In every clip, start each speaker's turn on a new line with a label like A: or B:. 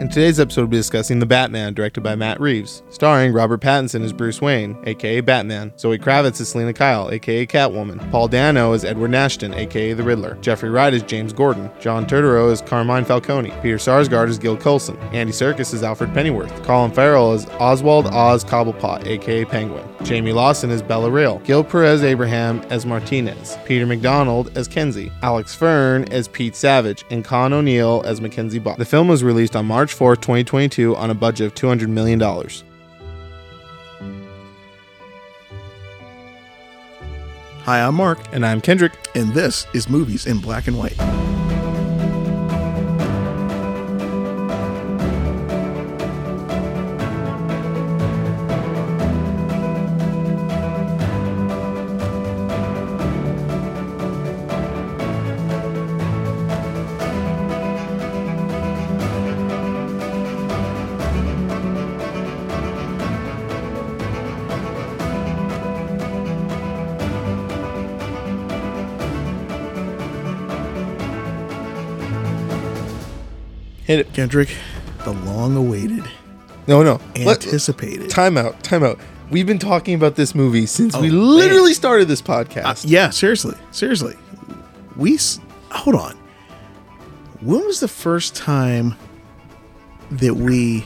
A: In today's episode, we'll be discussing The Batman, directed by Matt Reeves, starring Robert Pattinson as Bruce Wayne, aka Batman, Zoe Kravitz as Selena Kyle, aka Catwoman, Paul Dano as Edward Nashton, aka The Riddler, Jeffrey Wright as James Gordon, John Turturro as Carmine Falcone, Peter Sarsgaard as Gil Coulson, Andy Serkis as Alfred Pennyworth, Colin Farrell as Oswald Oz Cobblepot, aka Penguin, Jamie Lawson as Bella Rail, Gil Perez Abraham as Martinez, Peter McDonald as Kenzie, Alex Fern as Pete Savage, and Con O'Neill as Mackenzie Bott. The film was released on March 4, 2022, on a budget of $200 million.
B: Hi, I'm Mark,
A: And I'm Kendrick.
B: and this is Movies in Black and White.
A: Hit it.
B: Kendrick, the long awaited,
A: No, no. Let,
B: anticipated.
A: time out. Time out. We've been talking about this movie since we
B: Oh, man.
A: literally started this podcast.
B: yeah, seriously. Seriously. We. s- Hold on. When was the first time that we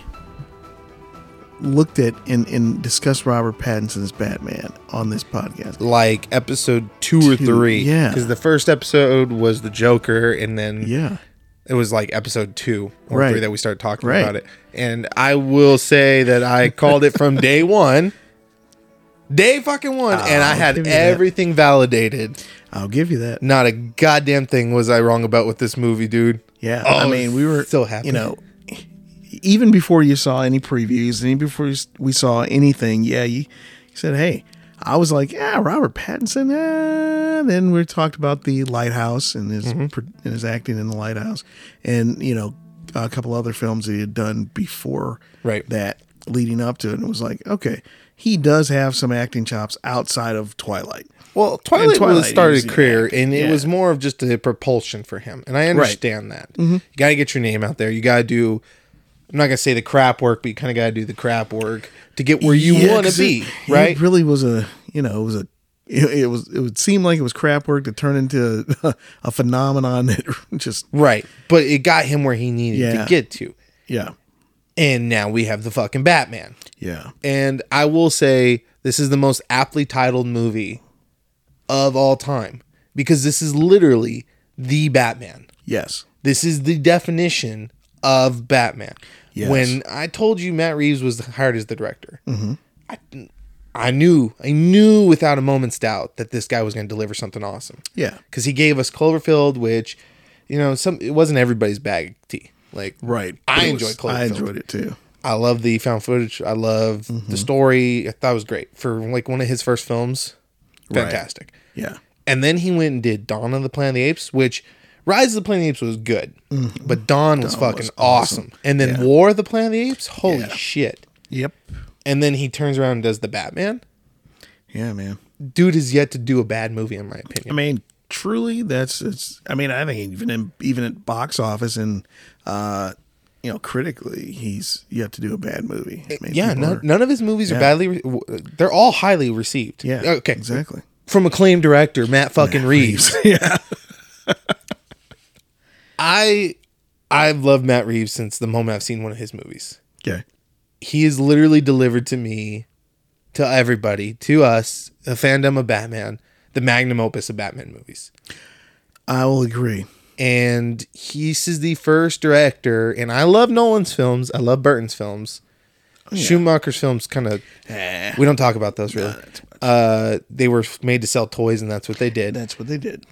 B: looked at and, and discussed Robert Pattinson's Batman on this podcast?
A: like episode two, or
B: Two,
A: three.
B: yeah.
A: Because the first episode was the Joker, and then
B: Yeah.
A: it was like episode two or
B: Right.
A: three that we started talking
B: Right.
A: about it. And I will say that I called it from day one. Day fucking one, and I had
B: give me that.
A: everything validated.
B: I'll give you that.
A: Not a goddamn thing was I wrong about with this movie, dude.
B: Yeah,
A: Oh,
B: I mean, we were
A: so happy.
B: You know, even before you saw any previews, and even before you s- we saw anything, yeah, you, you said, "Hey," I was like, "Yeah, Robert Pattinson." eh." Then we talked about the Lighthouse and his pro- and his acting in the Lighthouse, and you know, a couple other films that he had done before
A: Right.
B: that, leading up to it, and it was like, okay, he does have some acting chops outside of Twilight.
A: Well, Twilight,
B: Twilight,
A: was
B: he
A: started
B: was the
A: career,
B: actor,
A: and it
B: yeah.
A: was more of just a propulsion for him. And I understand that.
B: Mm-hmm.
A: You got to get your name out there. You got to do. I'm not gonna say the crap work, but you kind of got to do the crap work to get where you
B: Yeah,
A: want to
B: 'cause it-
A: be, right?
B: It really was a you know it was a it, it was it would seem like it was crap work to turn into a, phenomenon that just
A: right. But it got him where he needed
B: Yeah.
A: to get to,
B: yeah
A: and now we have the fucking Batman.
B: yeah
A: And I will say this is the most aptly titled movie of all time because this is literally the Batman.
B: yes
A: This is the definition of Batman.
B: Yes.
A: When I told you Matt Reeves was hired as the director,
B: Mm-hmm.
A: I, I knew, I knew without a moment's doubt that this guy was going to deliver something awesome.
B: yeah
A: Because he gave us Cloverfield, which, you know, some it wasn't everybody's bag of tea. Like,
B: right
A: I
B: It was-
A: enjoyed Cloverfield.
B: I enjoyed it too
A: I love the found footage. I love the story. I thought it was great for like one of his first films.
B: Right.
A: Fantastic.
B: yeah
A: And then he went and did Dawn of the Planet of the Apes, which Rise of the Planet of the Apes was good, but Dawn was fucking awesome. And then War of the Planet of the Apes, holy
B: Yeah.
A: shit.
B: yep
A: And then he turns around and does the Batman.
B: yeah man
A: Dude is yet to do a bad movie, in my
B: I
A: opinion.
B: mean truly that's it's I mean I think even in even at box office and uh you know critically he's yet to do a bad movie I mean,
A: yeah,
B: people
A: none,
B: are-
A: none of his movies are badly. Re- w- they're all highly received.
B: yeah
A: Okay.
B: exactly
A: From acclaimed director Matt fucking Reeves.
B: yeah
A: I I've loved Matt Reeves since the moment I've seen one of his movies.
B: okay
A: he has literally delivered to me, to everybody, to us, the fandom of Batman, the magnum opus of Batman movies.
B: I will agree
A: And he's is the first director, and I love Nolan's films. I love Burton's films. Oh, Schumacher's films kind of
B: Eh,
A: we don't talk about those really. uh, they were made to sell toys, and that's what they did.
B: that's what they did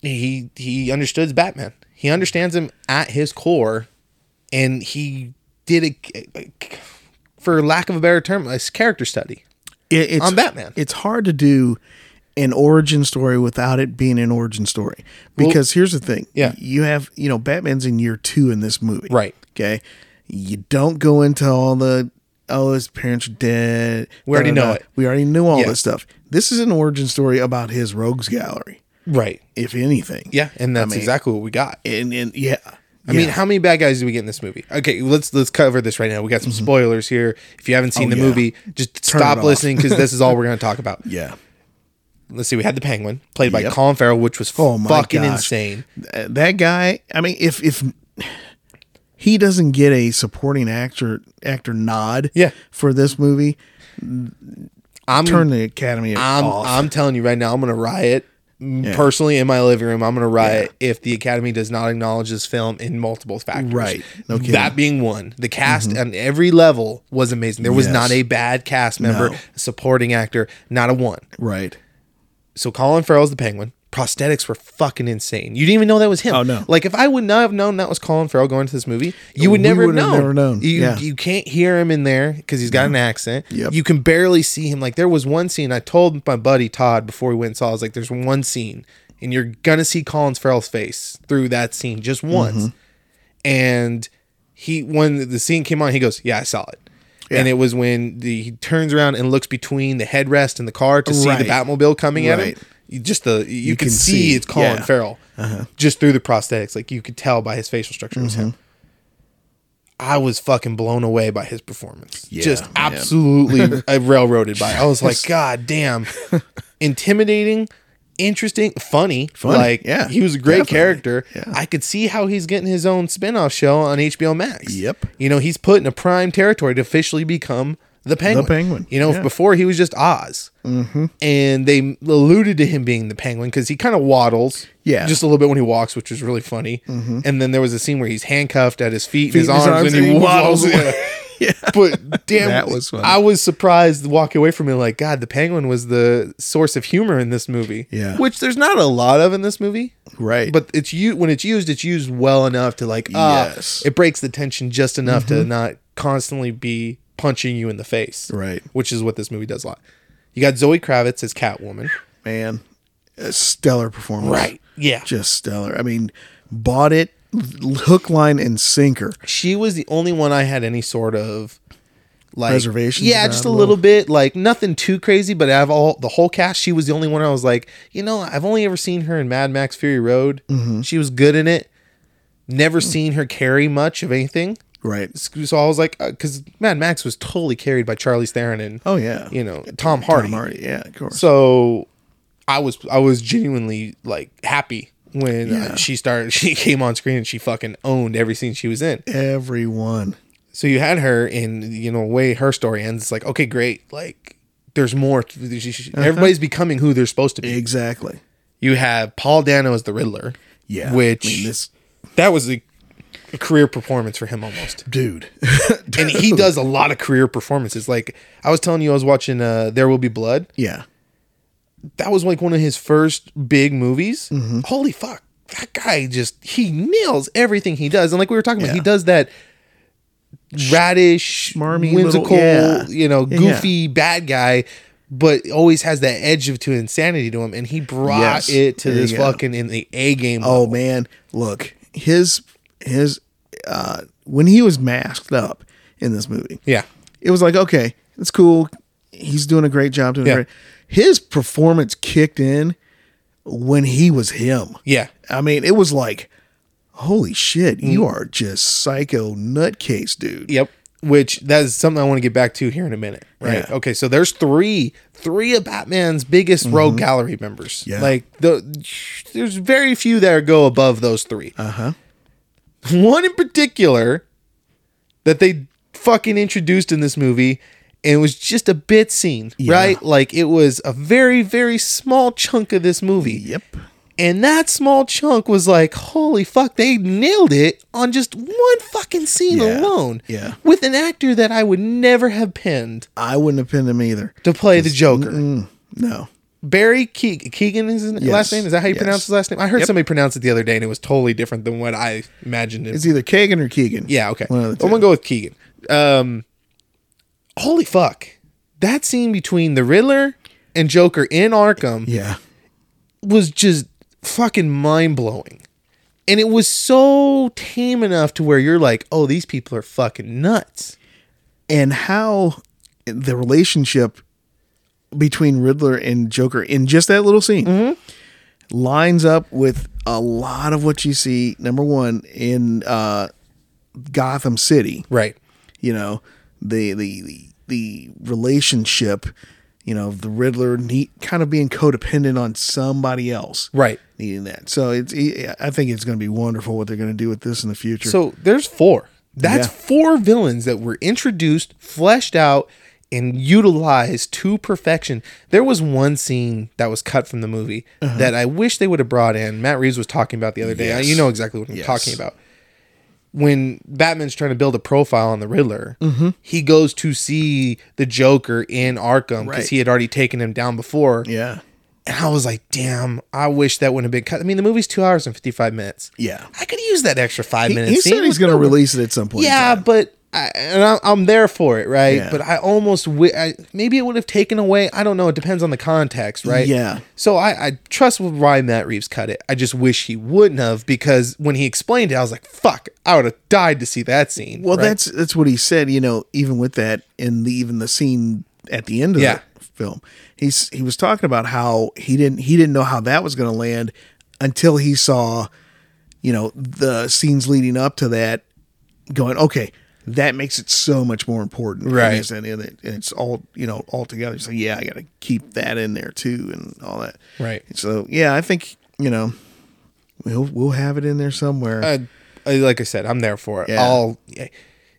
A: he he understood Batman. He understands him at his core, and he did it for lack of a better term, a character study.
B: It- it's,
A: on Batman.
B: It's hard to do an origin story without it being an origin story because here's the thing.
A: Yeah.
B: you have you know Batman's in year two in this movie,
A: Right.
B: Okay, you don't go into all the oh his parents are dead.
A: We already know it.
B: We already knew all
A: Yeah.
B: this stuff. This is an origin story about his rogues gallery,
A: Right.
B: if anything.
A: Yeah, and that's
B: mean-
A: exactly what we got.
B: and and yeah,
A: I mean, how many bad guys do we get in this movie? Okay, let's let's cover this right now. We got some spoilers here. If you haven't seen
B: Mm-hmm. Oh,
A: the movie,
B: yeah.
A: just
B: Turn it
A: stop
B: off.
A: listening because this is all we're going to talk about.
B: Yeah.
A: Let's see. We had the Penguin played by
B: Yep.
A: Colin Farrell, which was
B: Oh my
A: fucking
B: gosh.
A: insane.
B: Th- that guy, I mean, if if he doesn't get a supporting actor actor nod
A: Yeah.
B: for this movie,
A: I'm
B: turn the Academy
A: I'm
B: off.
A: I'm telling you right now, I'm gonna riot. M-
B: Yeah.
A: Personally, in my living room, I'm gonna riot if the Academy does not acknowledge this film in multiple factors.
B: Right. No kidding. Mm-hmm.
A: that being one, the cast on every level was amazing. There was
B: Yes.
A: not a bad cast member,
B: No.
A: supporting actor, not a one.
B: right.
A: So Colin Farrell's the Penguin. Prosthetics were fucking insane. You didn't even know that was him.
B: Oh, no.
A: Like if I would not have known that was Colin Farrell going to this movie, you would
B: We
A: never have
B: would have
A: known.
B: never known.
A: You
B: Yeah.
A: you can't hear him in there because he's got an accent.
B: Yep.
A: You can barely see him. Like there was one scene I told my buddy Todd before we went and saw. I was like, "There's one scene, and you're gonna see Colin Farrell's face through that scene just
B: Mm-hmm.
A: once." And he when the scene came on, he goes, "Yeah, I saw it." And
B: Yeah.
A: it was when the, he turns around and looks between the headrest and the car to see
B: Right.
A: the Batmobile coming at him
B: Right.
A: you just the you, can,
B: can
A: see,
B: see,
A: it's Colin
B: yeah. Uh-huh.
A: Farrell just through the prosthetics. Like you could tell by his facial structure it was
B: Mm-hmm.
A: him. I was fucking blown away by his performance.
B: Yeah,
A: just
B: man.
A: absolutely uh, railroaded by. It. I was like, God damn, intimidating, interesting, funny.
B: Funny,
A: Like,
B: yeah,
A: he was a great
B: definitely.
A: character.
B: Yeah.
A: I could see how he's getting his own spin-off show on HBO Max.
B: Yep.
A: You know, he's put in a prime territory to officially become the Penguin.
B: Penguin,
A: You know,
B: yeah.
A: before he was just Oz. Mm-hmm. And they alluded to him being the Penguin because he kind of waddles.
B: Yeah.
A: Just a little bit when he walks, which was really funny. And then there was a scene where he's handcuffed at his Mm-hmm. feet,
B: Feet
A: and his,
B: in
A: arms, and he, waddles.
B: away.
A: Yeah. But damn,
B: That was funny.
A: I was surprised walking away from it like, God, the Penguin was the source of humor in this movie.
B: Yeah.
A: Which there's not a lot of in this movie.
B: Right.
A: But it's you when it's used, it's used well enough to like, ah,
B: Yes. Mm-hmm.
A: it breaks the tension just enough to not constantly be punching you in the face.
B: Right.
A: Which is what this movie does a lot. You got Zoe Kravitz as Catwoman.
B: man, a stellar performance.
A: Yeah.
B: Just stellar. I mean, bought it l- hook, line, and sinker.
A: she was the only one I had any sort of like
B: Reservations
A: Yeah,
B: about,
A: just a
B: well-
A: little bit, like nothing too crazy. But out of all the whole cast, she was the only one I was like, you know, I've only ever seen her in Mad Max Fury Road.
B: Mm-hmm.
A: She was good in it. Never seen her carry much of anything.
B: Right.
A: So I was like, because Mad Max was totally carried by Charlie Theron and
B: Oh yeah.
A: you know Tom Hardy.
B: Tom Hardy. Yeah, of course.
A: So I was I was genuinely like happy when uh, she started. She came on screen and she fucking owned every scene she was in.
B: Everyone.
A: So you had her, and you know, way her story ends. It's like, okay, great. Like, there's more. She- she-
B: Uh-huh.
A: she- Everybody's becoming who they're supposed to be.
B: Exactly.
A: You have Paul Dano as the Riddler.
B: Yeah.
A: which
B: I mean, this
A: that was a, a career performance for him almost.
B: dude.
A: And he does a lot of career performances. Like I was telling you, I was watching uh, "There Will Be Blood."
B: yeah.
A: That was like one of his first big movies.
B: Mm-hmm.
A: Holy fuck! That guy just he nails everything he does. And like we were talking about, he
B: Yeah.
A: does that radish,
B: Smarmy
A: whimsical,
B: little- yeah.
A: you know,
B: Yeah, yeah.
A: goofy bad guy, but always has that edge of to insanity to him. And he brought
B: Yes.
A: it to
B: There
A: this
B: you go.
A: fucking in the A game.
B: Oh man, look his his uh when he was masked up in this movie,
A: yeah,
B: it was like okay, it's cool. He's doing a great job. Doing
A: Yeah.
B: great. His performance kicked in when he was him.
A: yeah.
B: I mean, it was like, holy shit,
A: Mm.
B: you are just psycho nutcase, dude.
A: Yep. Which that is something I want to get back to here in a minute. Right.
B: Yeah. Mm-hmm.
A: Okay. So there's three, three of Batman's biggest rogue gallery members.
B: Yeah.
A: Like the, there's very few that go above those three. Uh
B: Uh-huh.
A: huh. One in particular that they fucking introduced in this movie. And it was just a bit scene, right? Like it was a very, very small chunk of this movie.
B: Yep.
A: And that small chunk was like, holy fuck, they nailed it on just one fucking scene
B: Yeah,
A: alone.
B: yeah.
A: With an actor that I would never have pinned
B: I wouldn't have pinned him either.
A: to play the Joker.
B: Mm, no.
A: Barry Keeg- Keegan is his last name. Is that how you
B: yes.
A: pronounce his last name? I heard somebody pronounce it the other day and it was totally different than what I imagined it.
B: It's either Kagan or Keegan.
A: yeah, okay.
B: One of the
A: I'm
B: two.
A: going to go with Keegan. Um, holy fuck. That scene between the Riddler and Joker in Arkham.
B: Yeah.
A: was just fucking mind blowing. And it was so tame enough to where you're like, oh, these people are fucking nuts.
B: And how the relationship between Riddler and Joker in just that little scene. lines up with a lot of what you see. Number one in uh, Gotham City,
A: Right.
B: you know the the the, the relationship, you know of the Riddler, and he kind of being codependent on somebody else,
A: Right.
B: Needing that, so it's I think it's going to be wonderful what they're going to do with this in the future.
A: So there's four. That's
B: Yeah.
A: four villains that were introduced, fleshed out, and utilized to perfection. There was one scene that was cut from the movie that I wish they would have brought in. Matt Reeves was talking about the other day.
B: Uh-huh. Yes.
A: You know exactly what I'm
B: Yes.
A: talking about. When Batman's trying to build a profile on the Riddler,
B: Mm-hmm.
A: he goes to see the Joker in Arkham because
B: Right.
A: he had already taken him down before.
B: yeah,
A: And I was like, damn, I wish that wouldn't have been cut. I mean, the movie's two hours and 55 minutes.
B: yeah.
A: I could use that extra five minutes.
B: He said he's going to release it at some point. in
A: Yeah,
B: time.
A: but I, and I, I'm there for it, right?
B: Yeah.
A: But I almost wi- I, maybe it would have taken away. I don't know. It depends on the context, right?
B: Yeah.
A: So I, I trust with why Matt Reeves cut it. I just wish he wouldn't have because when he explained it, I was like, "Fuck!" I would have died to see that scene.
B: Well,
A: right?
B: that's that's what he said. You know, even with that, and the, even the scene at the end of
A: Yeah.
B: the film, he's he was talking about how he didn't he didn't know how that was going to land until he saw, you know, the scenes leading up to that, going okay. That makes it so much more important, And
A: Right.
B: it's- And, it- and it's all you know, all together. So yeah, I got to keep that in there too, and all that.
A: Right.
B: So yeah, I think you know, we'll we'll have it in there somewhere.
A: I, I- like I said, I'm there for it.
B: Yeah.
A: All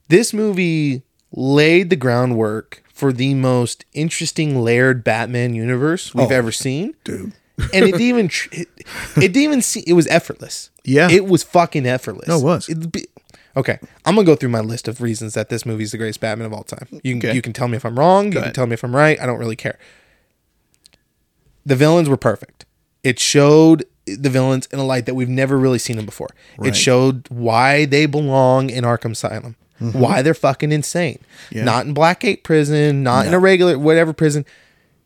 A: this movie laid the groundwork for the most interesting layered Batman universe we've
B: Oh,
A: ever seen,
B: dude.
A: and it didn't even tr- it, it didn't even see it was effortless.
B: Yeah.
A: it was fucking effortless.
B: No, it was.
A: It'd be- okay, I'm gonna go through my list of reasons that this movie is the greatest Batman of all time. You can
B: Okay.
A: you can tell me if I'm wrong. you can
B: ahead.
A: tell me if I'm right. I don't really care. The villains were perfect. It showed the villains in a light that we've never really seen them before. It
B: Right.
A: showed why they belong in Arkham Asylum. Why they're fucking insane.
B: Mm-hmm. Yeah.
A: Not in Blackgate prison, not in a regular whatever prison.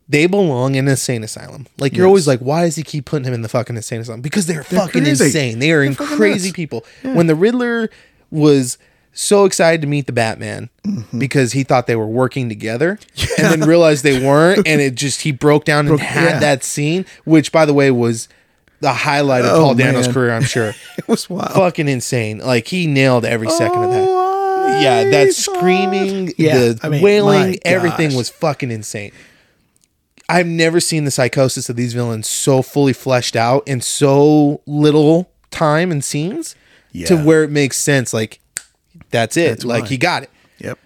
A: They belong in an insane asylum. Like you're always like, why does he keep putting him in the fucking insane asylum? Because they're, fucking
B: crazy.
A: insane. They are in
B: fucking
A: crazy
B: nuts.
A: people. When the Riddler was so excited to meet the Batman
B: Mm-hmm.
A: because he thought they were working together and then realized they weren't, and it just he broke down and had
B: yeah.
A: that scene, which by the way was the highlight of
B: Oh,
A: Paul Dano's
B: man.
A: career, I'm sure.
B: It was wild.
A: fucking insane. Like he nailed every second of that.
B: Oh,
A: Yeah, that screaming, the
B: I mean,
A: wailing,
B: my
A: everything
B: gosh.
A: was fucking insane. I've never seen the psychosis of these villains so fully fleshed out in so little time and scenes to
B: Yeah.
A: where it makes sense. Like, that's it. like,
B: why.
A: he got it.
B: Yep.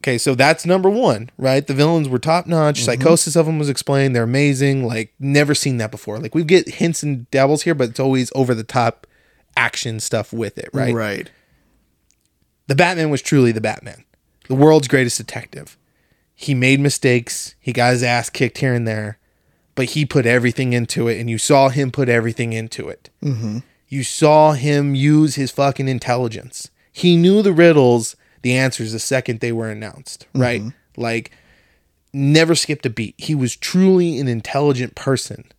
A: Okay, so that's number one, right? The villains were top notch.
B: Mm-hmm.
A: Psychosis of them was explained. They're amazing. Like, never seen that before. Like, we get hints and dabbles here, but it's always over the top action stuff with it, right?
B: Right.
A: the Batman was truly the Batman, the world's greatest detective. He made mistakes. He got his ass kicked here and there, but he put everything into it, and you saw him put everything into it. You saw him use his fucking intelligence. He knew the riddles, the answers, the second they were announced, right? Like, never skipped a beat. He was truly an intelligent person,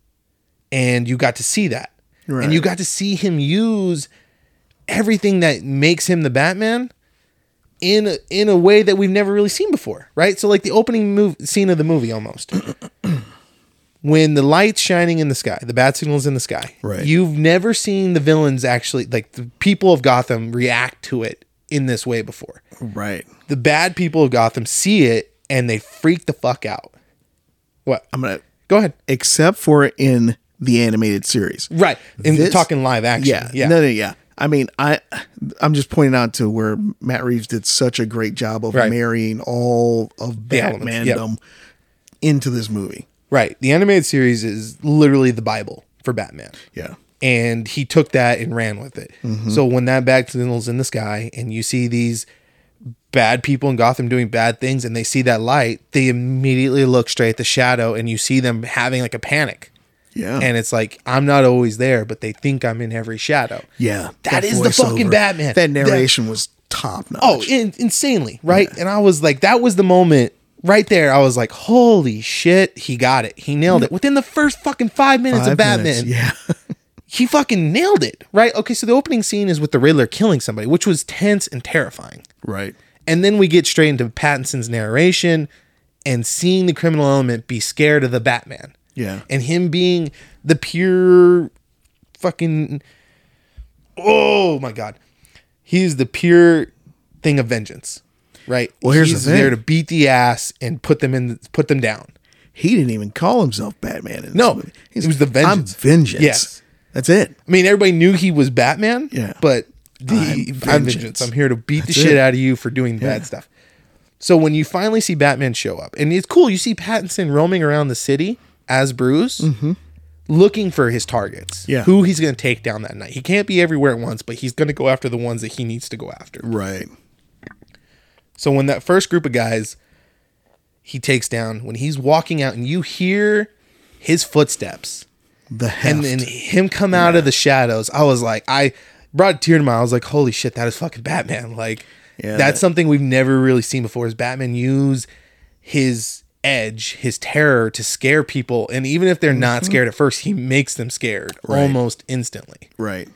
A: and you got to see that.
B: Right.
A: And you got to see him use everything that makes him the Batman in a, in a way that we've never really seen before, right? So like the opening move, scene of the movie almost. when the light's shining in the sky, the bat signal's in the sky.
B: Right.
A: You've never seen the villains actually like the people of Gotham react to it in this way before.
B: Right.
A: The bad people of Gotham see it and they freak the fuck out. What?
B: I'm gonna
A: Go ahead.
B: except for in the animated series.
A: Right. And
B: This-
A: talking live action.
B: Yeah.
A: Yeah.
B: No, no, yeah. I mean, I I'm just pointing out to where Matt Reeves did such a great job of
A: Right.
B: marrying all of
A: The elements,
B: Batmandom into this movie.
A: Right. The animated series is literally the Bible for Batman.
B: Yeah.
A: and he took that and ran with it. So when that bag signals in the sky and you see these bad people in Gotham doing bad things and they see that light, they immediately look straight at the shadow and you see them having like a panic.
B: Yeah.
A: And it's like I'm not always there, but they think I'm in every shadow.
B: yeah.
A: that is the
B: voiceover.
A: fucking Batman.
B: That
A: That-
B: narration was top notch.
A: Oh, in, insanely, right? And I was like, that was the moment right there. I was like, holy shit, he got it. He nailed it within the first fucking five minutes of Batman
B: minutes. Yeah.
A: he fucking nailed it, right? Okay, so the opening scene is with the Riddler killing somebody, which was tense and terrifying.
B: right.
A: And then we get straight into Pattinson's narration and seeing the criminal element be scared of the Batman.
B: Yeah.
A: And him being the pure fucking. Oh my god, he is the pure thing of vengeance, right?
B: Well, here's the
A: He's
B: thing.
A: there to beat the ass and put them in, put them down.
B: He didn't even call himself Batman. In this
A: No,
B: movie.
A: it was the vengeance.
B: I'm vengeance.
A: Yes.
B: that's it.
A: I mean, everybody knew he was Batman.
B: Yeah.
A: But the,
B: I'm
A: I'm, vengeance.
B: vengeance.
A: I'm here to beat the
B: That's
A: shit
B: it.
A: out of you for doing bad stuff. So when you finally see Batman show up, and it's cool, you see Pattinson roaming around the city as Bruce, looking for his targets.
B: Mm-hmm. Yeah.
A: Who he's going to take down that night. He can't be everywhere at once, but he's going to go after the ones that he needs to go after.
B: Right.
A: So when that first group of guys he takes down, when he's walking out and you hear his footsteps,
B: The heft.
A: and then him come out of the shadows i was like i brought a tear to my eye i was like holy shit that is fucking batman like
B: Yeah,
A: that's
B: that-
A: something we've never really seen before is batman use his edge his terror to scare people and even if they're
B: Mm-hmm.
A: not scared at first he makes them scared almost instantly
B: right.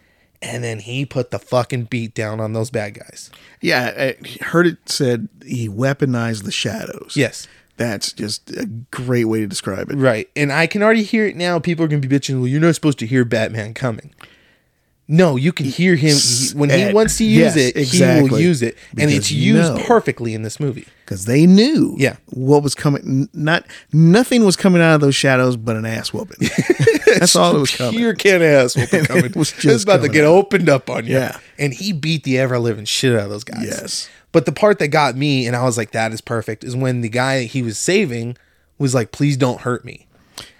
A: and then he put the fucking beat down on those bad guys
B: Yeah, I heard it said he weaponized the shadows.
A: yes
B: That's just a great way to describe it.
A: Right. And I can already hear it now. People are going to be bitching, well, you're not supposed to hear Batman coming. No, you can hear him. he- when he
B: Eh,
A: wants to use
B: yes,
A: it, he will
B: exactly.
A: use it. And
B: Because
A: it's
B: you
A: used
B: know.
A: perfectly in this movie.
B: Because they knew
A: Yeah.
B: what was coming. N- Not Nothing was coming out of those shadows but an ass whooping. That's all that was coming.
A: Pure can of ass will be coming.
B: It was
A: It's
B: just
A: about to
B: coming
A: get opened up on you.
B: Yeah.
A: And he beat the ever living shit out of those guys.
B: Yes.
A: But the part that got me, and I was like, that is perfect, is when the guy he was saving was like, please don't hurt me.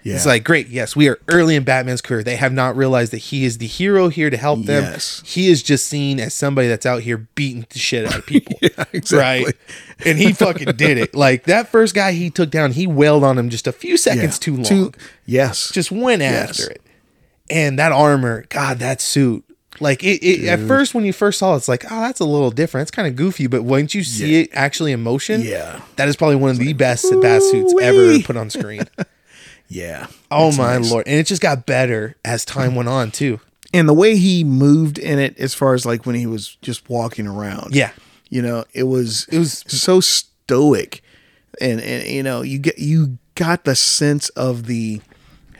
B: Yeah.
A: It's like, great, yes, we are early in Batman's career. They have not realized that he is the hero here to help them.
B: Yes.
A: He is just seen as somebody that's out here beating the shit out of people. Right. And he fucking did it. Like that first guy he took down, he wailed on him just a few
B: Yeah.
A: seconds too long.
B: yes.
A: just went
B: Yes.
A: after it. And that armor, God, that suit. Like it, it at first when you first saw it, it's like, oh, that's a little different. It's kind of goofy, but once you see it actually in motion,
B: Yeah.
A: that is probably one of the best bat suits ever
B: "Ooh-wee."
A: put on screen.
B: yeah.
A: Oh my lord! And it just got better as time went on too.
B: And the way he moved in it, as far as like when he was just walking around.
A: Yeah.
B: You know, it was
A: It was-
B: so stoic, and and you know you get you got the sense of the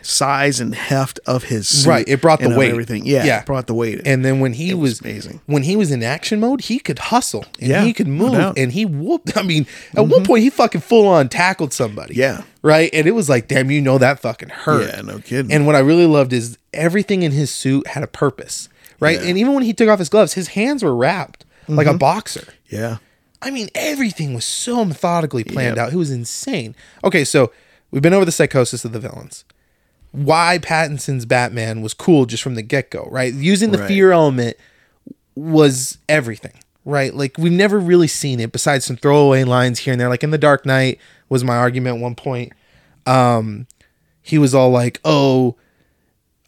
B: size and heft of his suit
A: Right, it brought the
B: and of
A: weight.
B: everything. Yeah,
A: Yeah.
B: it brought the weight.
A: And then when he was,
B: was amazing.
A: when he was in action mode, he could hustle and
B: Yeah,
A: he could
B: no
A: move
B: doubt. Mm-hmm.
A: and he whooped. I mean, at one point he fucking full on tackled somebody.
B: Yeah.
A: right. And it was like, damn, you know that fucking hurt.
B: Yeah, no kidding.
A: And what I really loved is everything in his suit had a purpose, right?
B: Yeah. Mm-hmm.
A: And even when he took off his gloves, his hands were wrapped like a boxer.
B: yeah,
A: I mean, everything was so methodically planned out. It was insane. Okay, so we've been over the psychosis of the villains. Why Pattinson's Batman was cool just from the get go, right? Using the
B: Right.
A: fear element was everything, right? Like, we've never really seen it besides some throwaway lines here and there. Like, in The Dark Knight was my argument at one point. Um, he was all like, oh,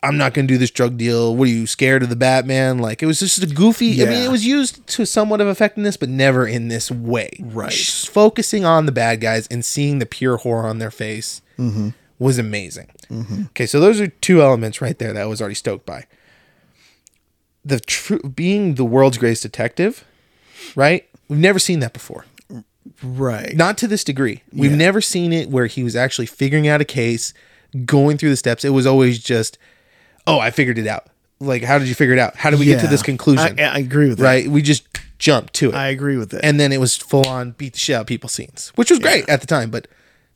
A: I'm not going to do this drug deal. What are you scared of the Batman? Like it was just a goofy. I mean,
B: Yeah.
A: it was used to somewhat of effectiveness, but never in this way.
B: Right.
A: Just focusing on the bad guys and seeing the pure horror on their face
B: Mm-hmm.
A: was amazing. Okay, so those are two elements right there that I was already stoked by. The true being the world's greatest detective, right? We've never seen that before
B: right.
A: not to this degree. We've never seen it where he was actually figuring out a case, going through the steps. It was always just, oh, I figured it out. Like, how did you figure it out? How did we get to
B: Yeah.
A: this conclusion?
B: I, I agree with that.
A: right? We just jumped to it.
B: I agree with that.
A: and then it was full on beat the shit out of people scenes, which was great at the time, but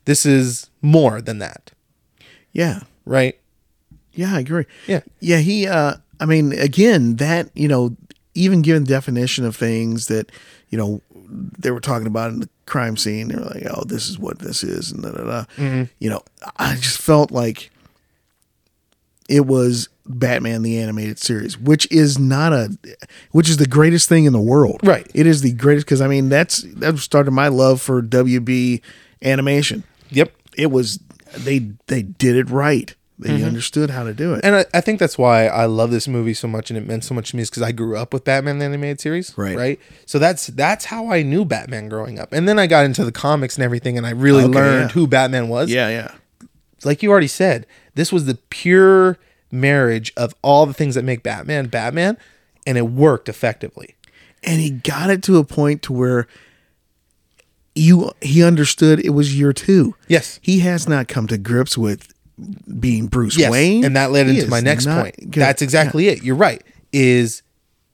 A: this is more than that,
B: yeah,
A: right?
B: yeah, I agree.
A: Yeah.
B: yeah. He, uh, I mean, again, that you know, even given definition of things that you know they were talking about in the crime scene, they were like, oh, this is what this is, and da da da.
A: Mm-hmm.
B: You know, I just felt like it was Batman the animated series, which is not a, which is the greatest thing in the world.
A: Right.
B: It is the greatest because I mean that's that started my love for WB animation.
A: Yep.
B: it was they they did it right. They
A: Mm-hmm.
B: understood how to do it.
A: And I, I think that's why I love this movie so much and it meant so much to me is because I grew up with Batman the animated series.
B: Right.
A: Right. So that's that's how I knew Batman growing up. And then I got into the comics and everything and I really
B: Okay,
A: learned
B: yeah.
A: who Batman was.
B: yeah, yeah,
A: Like you already said, this was the pure marriage of all the things that make Batman Batman, and it worked effectively.
B: and he got it to a point to where you he understood it was year two.
A: Yes.
B: he has not come to grips with being Bruce
A: Yes,
B: Wayne.
A: and that led
B: he
A: into my
B: is
A: next
B: not
A: point.
B: good.
A: That's exactly it. You're right. Is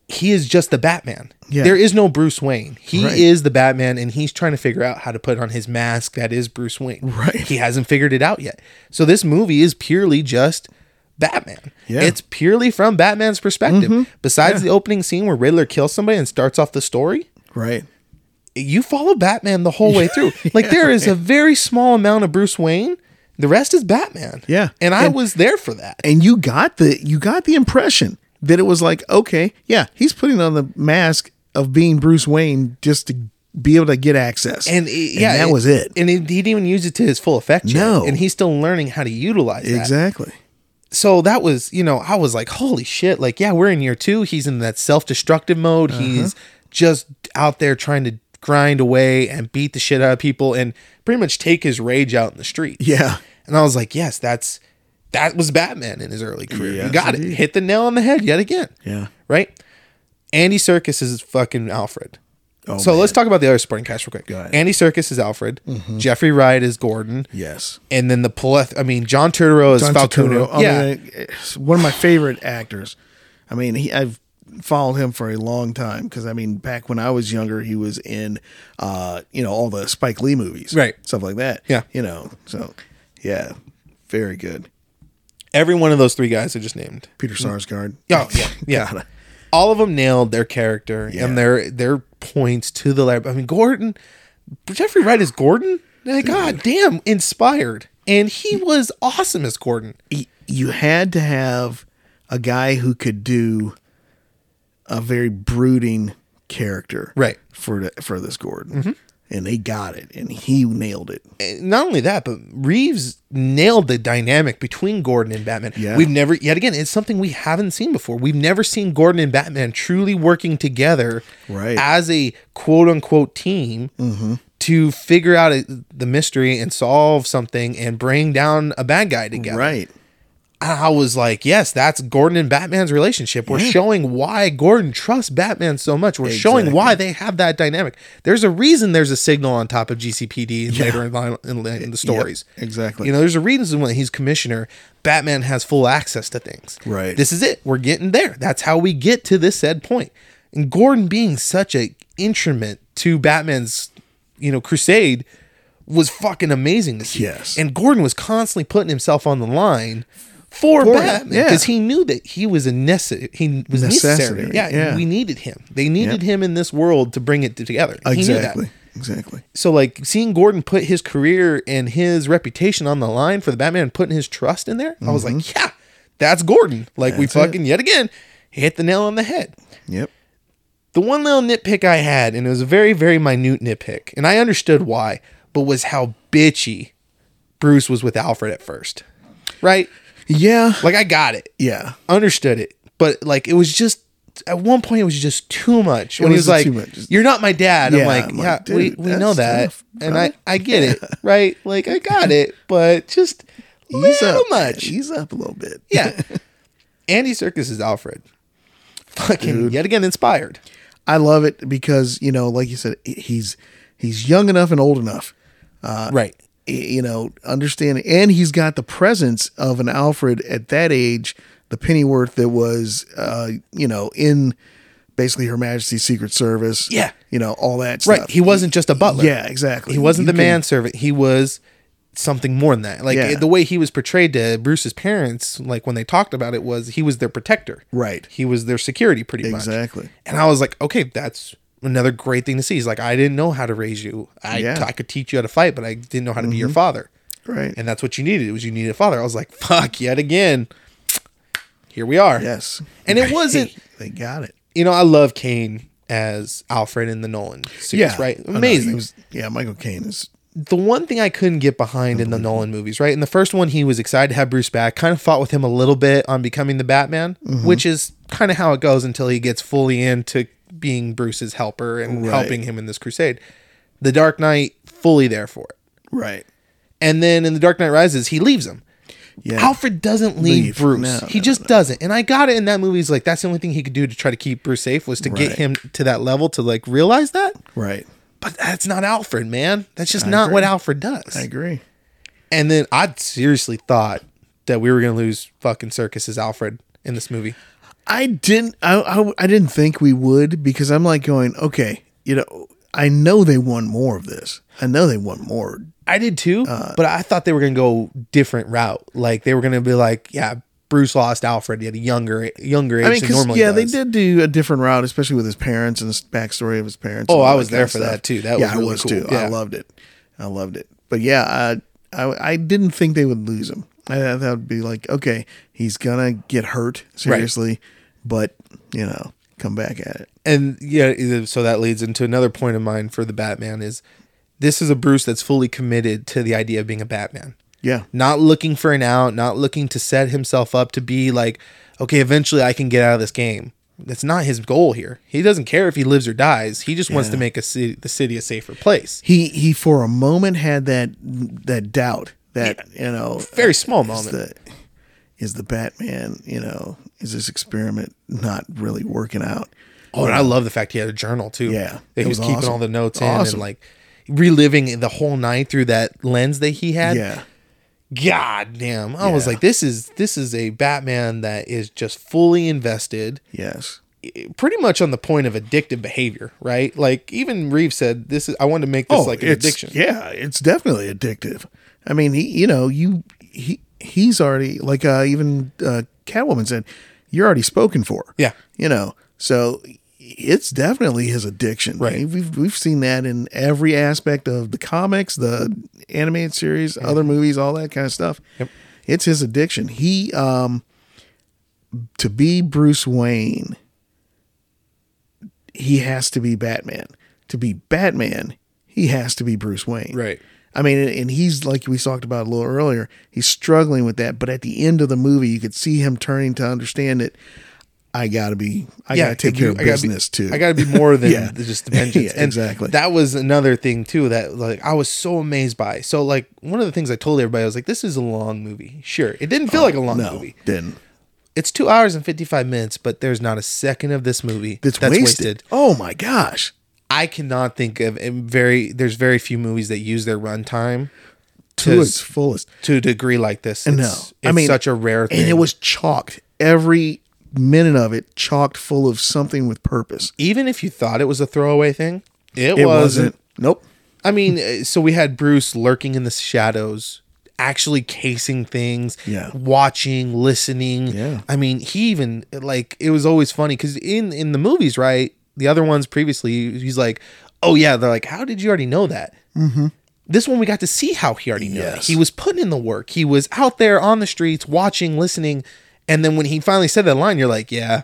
A: he is just the Batman.
B: Yeah.
A: There is no Bruce Wayne. He
B: Right.
A: is the Batman, and he's trying to figure out how to put on his mask that is Bruce Wayne.
B: Right.
A: He hasn't figured it out yet. So this movie is purely just Batman.
B: Yeah. Mm-hmm.
A: It's purely from Batman's perspective. Besides the opening scene where Riddler kills somebody and starts off the story,
B: right.
A: you follow Batman the whole way through. Like there is a very small amount of Bruce Wayne. The rest is Batman.
B: Yeah.
A: And I
B: And-
A: was there for that.
B: and you got the you got the impression that it was like okay yeah he's putting on the mask of being bruce wayne just to be able to get access
A: and it- yeah,
B: that was it
A: And he he didn't even use it to his full effect. yet.
B: No.
A: and he's still learning how to utilize it.
B: exactly
A: So that was, you know, I was like, holy shit! Like, yeah, we're in year two. He's in that self-destructive mode.
B: Uh-huh.
A: He's just out there trying to grind away and beat the shit out of people and pretty much take his rage out in the street.
B: yeah
A: And I was like, yes, that's that was Batman in his early career. you
B: Yes,
A: got it.
B: indeed.
A: Hit the nail on the head yet again.
B: yeah
A: Right? Andy Circus is fucking Alfred.
B: Oh,
A: so let's talk about the other supporting cast real quick.
B: ahead. Mm-hmm.
A: Andy Circus is Alfred. Jeffrey Wright is Gordon.
B: yes
A: And then the pleth I mean John Turturro is
B: Don
A: Falcone.
B: Turturro, I
A: yeah.
B: mean, it's one of my favorite actors i mean he, i've followed him for a long time because i mean back when i was younger he was in uh you know all the spike lee movies
A: Right.
B: stuff like that
A: Yeah.
B: you know so yeah very good
A: Every one of those three guys I just named.
B: peter sarsgaard
A: Oh yeah, yeah. All of them nailed their character and their their points to the lab. I mean, Gordon, Jeffrey Wright is Gordon. Like, God damn, inspired, and he was awesome as Gordon.
B: y- you had to have a guy who could do a very brooding character,
A: Right. Mm-hmm.
B: For the, for this Gordon, and they got it, and he nailed it.
A: And eh, Not only that, but Reeves nailed the dynamic between Gordon and Batman.
B: Yeah.
A: We've never, yet again, it's something we haven't seen before. We've never seen Gordon and Batman truly working together
B: Right. Mm-hmm.
A: as a quote unquote team to figure out a, the mystery and solve something and bring down a bad guy together.
B: Right?
A: I was like, yes, that's Gordon and Batman's relationship. We're showing why Gordon trusts Batman so much. We're showing
B: Exactly.
A: why they have that dynamic. There's a reason there's a signal on top of GCPD and later in, line, in, in the stories.
B: exactly.
A: You know, there's a reason when he's commissioner, Batman has full access to things.
B: Right.
A: This is it. We're getting there. That's how we get to this said point. And Gordon being such a instrument to Batman's, you know, crusade was fucking amazing to see.
B: Yes.
A: And Gordon was constantly putting himself on the line for,
B: For him,
A: Batman
B: yeah.
A: because he knew that he was a necessary. He was
B: Necessary,
A: necessary. Yeah,
B: yeah.
A: we needed him. They needed him in this world to bring it together. He knew that
B: Exactly. Exactly.
A: so like seeing Gordon put his career and his reputation on the line for the Batman, putting his trust in there, I was
B: Mm-hmm.
A: like, yeah, that's Gordon. Like we fucking yet again hit the nail on the head.
B: Yep.
A: The one little nitpick I had, and it was a very very minute nitpick, and I understood why, but was how bitchy Bruce was with Alfred at first, right?
B: Yeah.
A: Like I got it,
B: Yeah.
A: understood it, but like it was just. At one point, it was just too much. When he
B: was
A: was like,
B: too much.
A: "You're not my dad,"
B: Yeah,
A: I'm like,
B: I'm
A: "Yeah,
B: like,
A: we,
B: dude,
A: we know
B: that's
A: that,
B: tough,
A: and
B: brother.
A: I I get it, right? Like I got it, but just
B: He's
A: little
B: up.
A: much,
B: He's up a little bit.
A: yeah." Andy Circus is Alfred, fucking yet again inspired.
B: I love it because you know, like you said, he's he's young enough and old enough. Uh,
A: right.
B: you know, understanding, and he's got the presence of an Alfred at that age, the Pennyworth that was, uh, you know, in basically Her Majesty's Secret Service.
A: Yeah.
B: you know, all that
A: Right.
B: stuff.
A: He wasn't just a butler.
B: yeah, exactly.
A: He wasn't
B: You
A: the
B: can-
A: manservant. He was something more than that. Like
B: Yeah.
A: the way he was portrayed to Bruce's parents, like when they talked about it, was he was their protector.
B: Right.
A: He was their security pretty much.
B: Exactly.
A: And I was like, okay, that's another great thing to see. He's like, I didn't know how to raise you. I,
B: Yeah. Mm-hmm.
A: I could teach you how to fight, but I didn't know how to be your father.
B: Right.
A: And that's what you needed was you needed a father. I was like, fuck, yet again. Here we are.
B: yes.
A: And it wasn't-
B: They got it.
A: You know, I love Kane as Alfred in the Nolan series, right?
B: Oh, no, he
A: Amazing.
B: was- yeah, Michael Caine is.
A: the one thing I couldn't get behind
B: Mm-hmm.
A: in the Nolan movies, right? In the first one, he was excited to have Bruce back, kind of fought with him a little bit on becoming the Batman,
B: Mm-hmm.
A: which is kind of how it goes until he gets fully into being Bruce's helper and
B: Right.
A: helping him in this crusade. The Dark Knight, fully there for it.
B: Right.
A: And then in The Dark Knight Rises, he leaves him.
B: Yeah.
A: Alfred doesn't leave,
B: Leave.
A: Bruce.
B: No,
A: he
B: no,
A: just doesn't. And I got it in that movie. He's like, that's the only thing he could do to try to keep Bruce safe was to get
B: Right.
A: him to that level to like realize that.
B: Right.
A: But that's not Alfred, man. That's just not
B: agree.
A: what Alfred does.
B: I agree.
A: And then I seriously thought that we were going to lose fucking Circus as Alfred in this movie.
B: I didn't. I, I I didn't think we would because I'm like going okay. You know, I know they want more of this. I know they want more.
A: I did too, Uh, but I thought they were going to go different route. Like they were going to be like, yeah, Bruce lost Alfred at a younger younger age
B: I mean,
A: than
B: because
A: normally.
B: yeah, they
A: does.
B: did do a different route, especially with his parents and the backstory of his parents. and
A: Oh,
B: all
A: I
B: that
A: was
B: kind
A: there
B: of
A: for
B: stuff.
A: that, too. That was
B: yeah, I
A: really
B: was
A: cool.
B: too.
A: Yeah.
B: I loved it. I loved it. But yeah, I, I I didn't think they would lose him. I thought that would be like, okay, he's gonna get hurt seriously, but you know, come back at it.
A: and yeah, so that leads into another point of mine for the Batman is this is a Bruce that's fully committed to the idea of being a Batman.
B: Yeah,
A: not looking for an out, not looking to set himself up to be like, okay, eventually I can get out of this game. That's not his goal here. He doesn't care if he lives or dies. He just wants to make a city, the city a safer place.
B: he he for a moment had that that doubt that you know uh,
A: Very small
B: is
A: moment.
B: the is the Batman you know is this experiment not really working out?
A: Oh, and I love the fact he had a journal too.
B: Yeah,
A: that
B: it
A: he was,
B: was
A: keeping
B: awesome.
A: all the notes in
B: Awesome.
A: and like reliving the whole night through that lens that he had.
B: Yeah.
A: God damn! I was
B: Yeah.
A: like, this is this is a Batman that is just fully invested. eh,
B: Yes.
A: pretty much on the point of addictive behavior, right? Like even Reeve said, this is I wanted to make this like an
B: Oh, it's,
A: addiction.
B: Yeah, it's definitely addictive. I mean, he, you know, you he he's already like uh, even uh, Catwoman said, you're already spoken for.
A: Yeah.
B: you know, so it's definitely his addiction.
A: Right.
B: We've we've seen that in every aspect of the comics, the animated series, other movies, all that kind of stuff. Yep. It's his addiction. He um to be Bruce Wayne, he has to be Batman. To be Batman, he has to be Bruce Wayne.
A: Right.
B: I mean, and- and he's like we talked about a little earlier, he's struggling with that. But at the end of the movie, you could see him turning to understand it. I gotta be, I gotta take care of
A: I gotta be-
B: business too.
A: I got to be more than
B: Yeah.
A: the- just the vengeance.
B: Yeah, exactly.
A: That was another thing too that like I was so amazed by. So like one of the things I told everybody I was like, this is a long movie. Sure, it didn't feel like a long
B: Oh, no,
A: movie.
B: didn't.
A: It's two hours and fifty five minutes, but there's not a second of this movie
B: It's wasted. Oh my gosh,
A: I cannot think of and very. There's very few movies that use their runtime
B: to its fullest.
A: to a degree like this. It's,
B: No,
A: it's such a rare thing.
B: and it was chalked every minute of it, chalked full of something with purpose.
A: even if you thought it was a throwaway thing, it, wasn't.
B: It wasn't. Nope.
A: I mean, uh, so we had Bruce lurking in the shadows, actually casing things,
B: Yeah.
A: watching, listening.
B: Yeah.
A: I mean, he even like it was always funny because in in the movies, right? The other ones previously, he's like, "Oh yeah," they're like, "How did you already know that?" Mm-hmm. This one we got to see how he already knew. That.
B: Yes.
A: He was putting in the work. He was out there on the streets, watching, listening, and then when he finally said that line, you're like, "Yeah."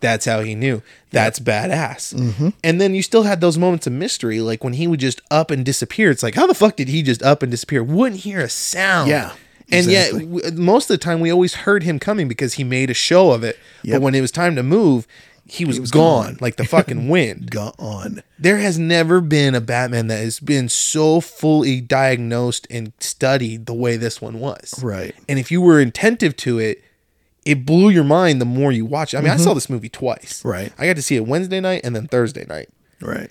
A: That's how he knew. That's badass.
B: Mm-hmm.
A: And then you still had those moments of mystery, like when he would just up and disappear. It's like, how the fuck did he just up and disappear? Wouldn't hear a sound.
B: Yeah,
A: And
B: exactly.
A: yet, w- most of the time, we always heard him coming because he made a show of it. But
B: Yep.
A: when it was time to move, he was, gone, like the fucking wind.
B: Gone.
A: There has never been a Batman that has been so fully diagnosed and studied the way this one was.
B: Right.
A: And if you were attentive to it, it blew your mind the more you watch. it. I mean, I saw this movie twice.
B: Mm-hmm. Right.
A: I got to see it Wednesday night and then Thursday night.
B: Right.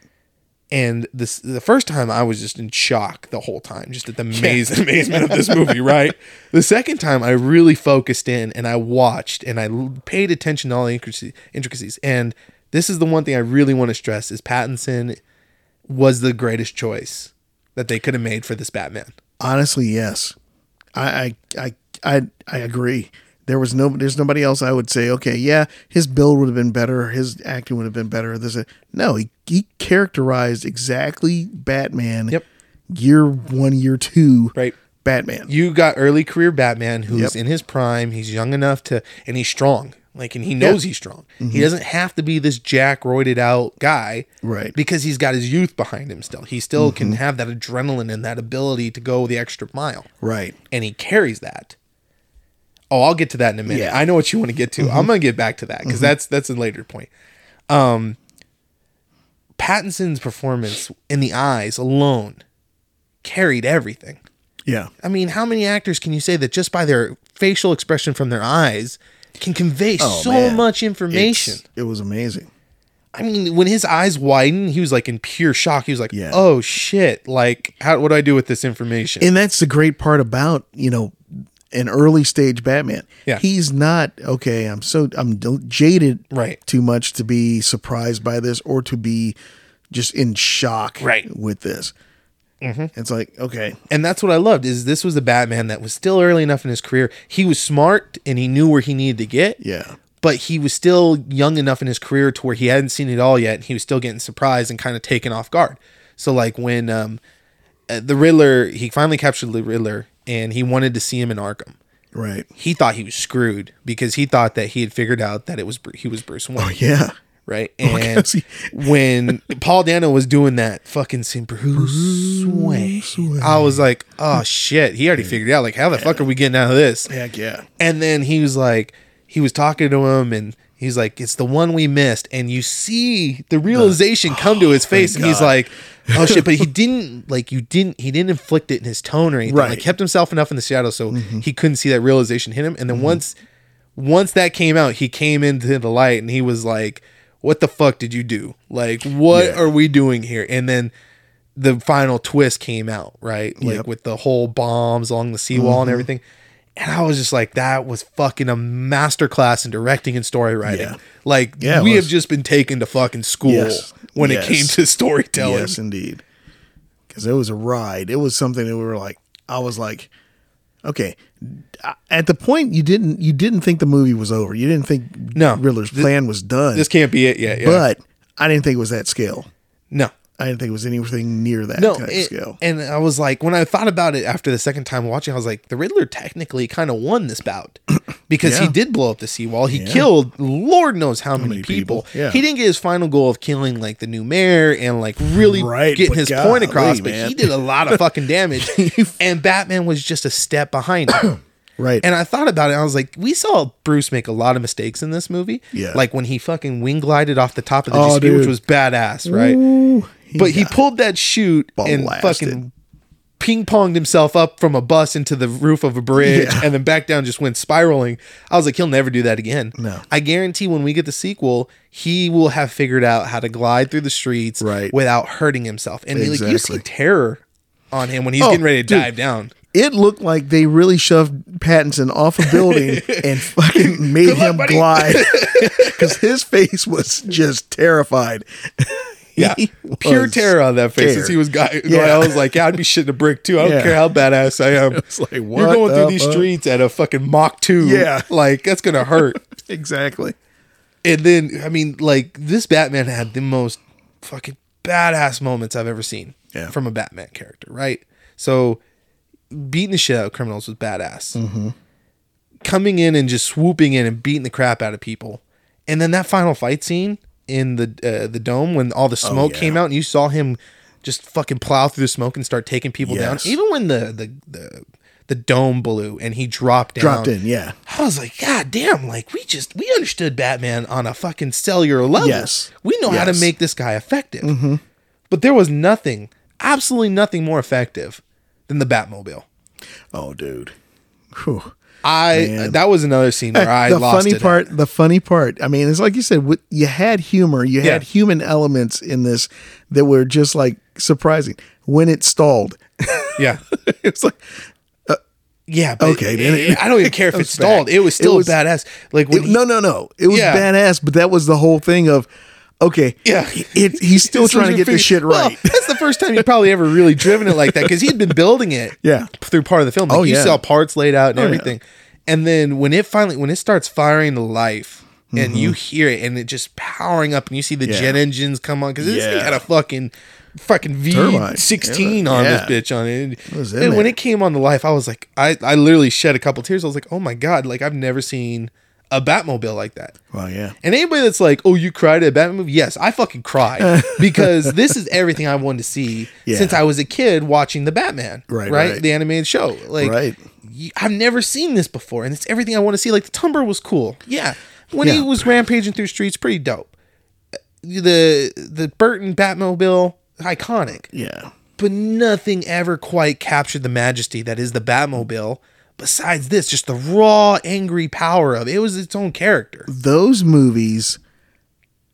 A: And this the first time I was just in shock the whole time, just at the maze amazement of this movie, right? The second time I really focused in and I watched and I l- paid attention to all the intricacy- intricacies. And this is the one thing I really want to stress is Pattinson was the greatest choice that they could have made for this Batman.
B: Honestly, yes. I I I I, I agree. There was no there's nobody else I would say, okay, yeah, his build would have been better, his acting would have been better, this that. no, he, he characterized exactly Batman
A: Yep.
B: year one, year two
A: Right.
B: Batman.
A: you got early career Batman who's
B: Yep.
A: in his prime. He's young enough to, and he's strong. Like, and he knows he's strong.
B: Mm-hmm.
A: He doesn't have to be this jack roided out guy,
B: Right. Mm-hmm.
A: Because he's got his youth behind him still. He still can have that adrenaline and that ability to go the extra mile,
B: right.
A: and he carries that. Oh, I'll get to that in a minute.
B: Yeah. Mm-hmm.
A: I know what you want to get to. I'm gonna get back to that because that's that's a later point. Um, Pattinson's performance in the eyes alone carried everything.
B: Yeah.
A: I mean, how many actors can you say that just by their facial expression from their eyes can convey so
B: Oh, man.
A: much information?
B: It's- It was amazing.
A: I mean, when his eyes widened, he was like in pure shock. He was like,
B: Yeah.
A: "Oh shit! Like, how? What do I do with this information?"
B: And that's the great part about, you know, an early stage Batman.
A: Yeah.
B: He's not okay. I'm so I'm d- jaded
A: Right.
B: too much to be surprised by this or to be just in shock
A: Right. Mm-hmm.
B: with this. It's like okay,
A: and that's what I loved is this was a Batman that was still early enough in his career. He was smart and he knew where he needed to get.
B: yeah,
A: But he was still young enough in his career to where he hadn't seen it all yet, and he was still getting surprised and kind of taken off guard. So like when um, uh, the Riddler, he finally captured the Riddler, and he wanted to see him in Arkham.
B: right,
A: He thought he was screwed because he thought that he had figured out that it was Bru- he was Bruce Wayne,
B: Oh, yeah,
A: right? And
B: 'cause he-
A: when Paul Dano was doing that fucking scene, Bruce Wayne, I was like, oh shit, he already figured it out. Like, how the fuck are we getting out of this?
B: heck yeah,
A: And then he was like, he was talking to him and he's like, it's the one we missed. And you see the realization come to his face and he's
B: Oh, God.
A: like, oh shit, but he didn't, like, you didn't, he didn't inflict it in his tone or anything. Like,
B: Right. Mm-hmm.
A: kept himself enough in the shadow so he couldn't see that realization hit him. And then once, once that came out, he came into the light and he was like, what the fuck did you do? Like, what
B: Yeah.
A: are we doing here? And then, the final twist came out, right? Like
B: Yep. Mm-hmm.
A: with the whole bombs along the seawall and everything. And I was just like, that was fucking a masterclass in directing and story writing.
B: Yeah.
A: Like
B: Yeah, it
A: we
B: was.
A: have just been taken to fucking school
B: Yes.
A: when
B: Yes.
A: it came to storytelling.
B: yes, indeed. Because it was a ride. It was something that we were like, I was like, okay. I- At the point you didn't you didn't think the movie was over. You didn't think
A: No.
B: Riddler's plan was done.
A: This can't be it yet. Yeah.
B: But I didn't think it was that scale.
A: no.
B: I didn't think it was anything near that
A: No,
B: kind of
A: it-
B: scale.
A: and I was like, when I thought about it after the second time watching, I was like, the Riddler technically kind of won this bout because he
B: Yeah.
A: did blow up the seawall. He killed Lord knows how, many,
B: many
A: people.
B: people, yeah.
A: He didn't get his final goal of killing like the new mayor and like really
B: Right,
A: getting
B: but
A: his point
B: golly,
A: across, but
B: man.
A: he did a lot of fucking damage. and Batman was just a step behind him.
B: right.
A: And I thought about it. I was like, we saw Bruce make a lot of mistakes in this movie.
B: Yeah.
A: Like when he fucking wing glided off the top of the
B: Oh,
A: dispute, which
B: dude.
A: was badass, right?
B: Ooh, he
A: but he
B: got
A: pulled that chute and
B: blasted.
A: fucking ping ponged himself up from a bus into the roof of a bridge
B: Yeah.
A: and then back down just went spiraling. I was like, he'll never do that again.
B: No.
A: I guarantee when we get the sequel, he will have figured out how to glide through the streets
B: Right.
A: without hurting himself. And like you see
B: Exactly.
A: terror on him when he's
B: Oh,
A: getting ready to
B: dude.
A: dive down.
B: it looked like they really shoved Pattinson off a building and fucking made
A: luck,
B: him
A: buddy.
B: glide because his face was just terrified.
A: Yeah.
B: He
A: Pure
B: was
A: terror on that face as
B: scared.
A: he was guy.
B: Yeah.
A: I was like, yeah, I'd be shitting a brick too. I don't
B: Yeah.
A: care how badass I am.
B: It's like,
A: You're
B: what
A: going through
B: the
A: these
B: fuck?
A: streets at a fucking Mach 2.
B: Yeah.
A: Like, that's going to hurt. Um,
B: Exactly.
A: And then, I mean, like this Batman had the most fucking badass moments I've ever seen
B: Yeah.
A: from a Batman character, right? So beating the shit out of criminals was badass.
B: Mm-hmm.
A: Coming in and just swooping in and beating the crap out of people, and then that final fight scene in the uh, the dome when all the smoke
B: Oh, yeah.
A: came out and you saw him just fucking plow through the smoke and start taking people
B: Yes.
A: down. Even when the the the the dome blew and he dropped down.
B: Dropped in, yeah.
A: I was like, God damn, like we just we understood Batman on a fucking cellular level.
B: Yes.
A: We know how to
B: Yes. Mm-hmm.
A: make this guy effective. But there was nothing, absolutely nothing more effective than the Batmobile.
B: Oh, dude. Whew.
A: I
B: Man.
A: that was another scene where I
B: the
A: lost
B: funny
A: it.
B: part, the funny part. I mean, it's like you said, with- you had humor, you had
A: Yeah.
B: human elements in this that were just like surprising. When it stalled,
A: Yeah.
B: it's like
A: Yeah. But
B: Okay, then
A: it-
B: it-
A: I don't even care if it
B: comes
A: stalled.
B: back.
A: It was
B: It
A: still
B: was-
A: badass. Like when
B: It-
A: he-
B: no, no, no. It was
A: Yeah.
B: badass, but that was the whole thing of okay.
A: Yeah.
B: it, he's still
A: This was
B: trying to
A: your
B: get
A: fig-
B: this shit
A: Well,
B: right.
A: that's the first time he'd probably ever really driven it like that because he'd been building it.
B: Yeah.
A: Through part of the film, like
B: Oh,
A: you
B: yeah. Oh,
A: saw parts laid out and
B: yeah.
A: everything, and then when it finally when it starts firing to life. And you hear it, and it just powering up, and you see the
B: Mm-hmm. Yeah.
A: jet engines come on because this thing
B: Yeah.
A: had a fucking, fucking V
B: Turbine.
A: sixteen
B: Yeah.
A: on this
B: Yeah.
A: bitch on it.
B: was in
A: and when
B: there.
A: it came on to life, I was like, I, I literally shed a couple tears. I was like, oh my god, like I've never seen a Batmobile like that.
B: Well, yeah,
A: And anybody that's like, "Oh, you cried at a Batman movie?" Yes, I fucking cried because this is everything I wanted to see
B: Yeah.
A: since I was a kid watching the Batman,
B: Right, right.
A: The animated show, like,
B: Right.
A: y- I've never seen this before, and it's everything I want to see. Like the Tumblr was cool, yeah. When he
B: Yeah.
A: was rampaging through streets, pretty dope. Uh, The the Burton Batmobile, iconic
B: yeah.
A: but nothing ever quite captured the majesty that is the Batmobile. Besides this, just the raw, angry power of it, it was its own character.
B: Those movies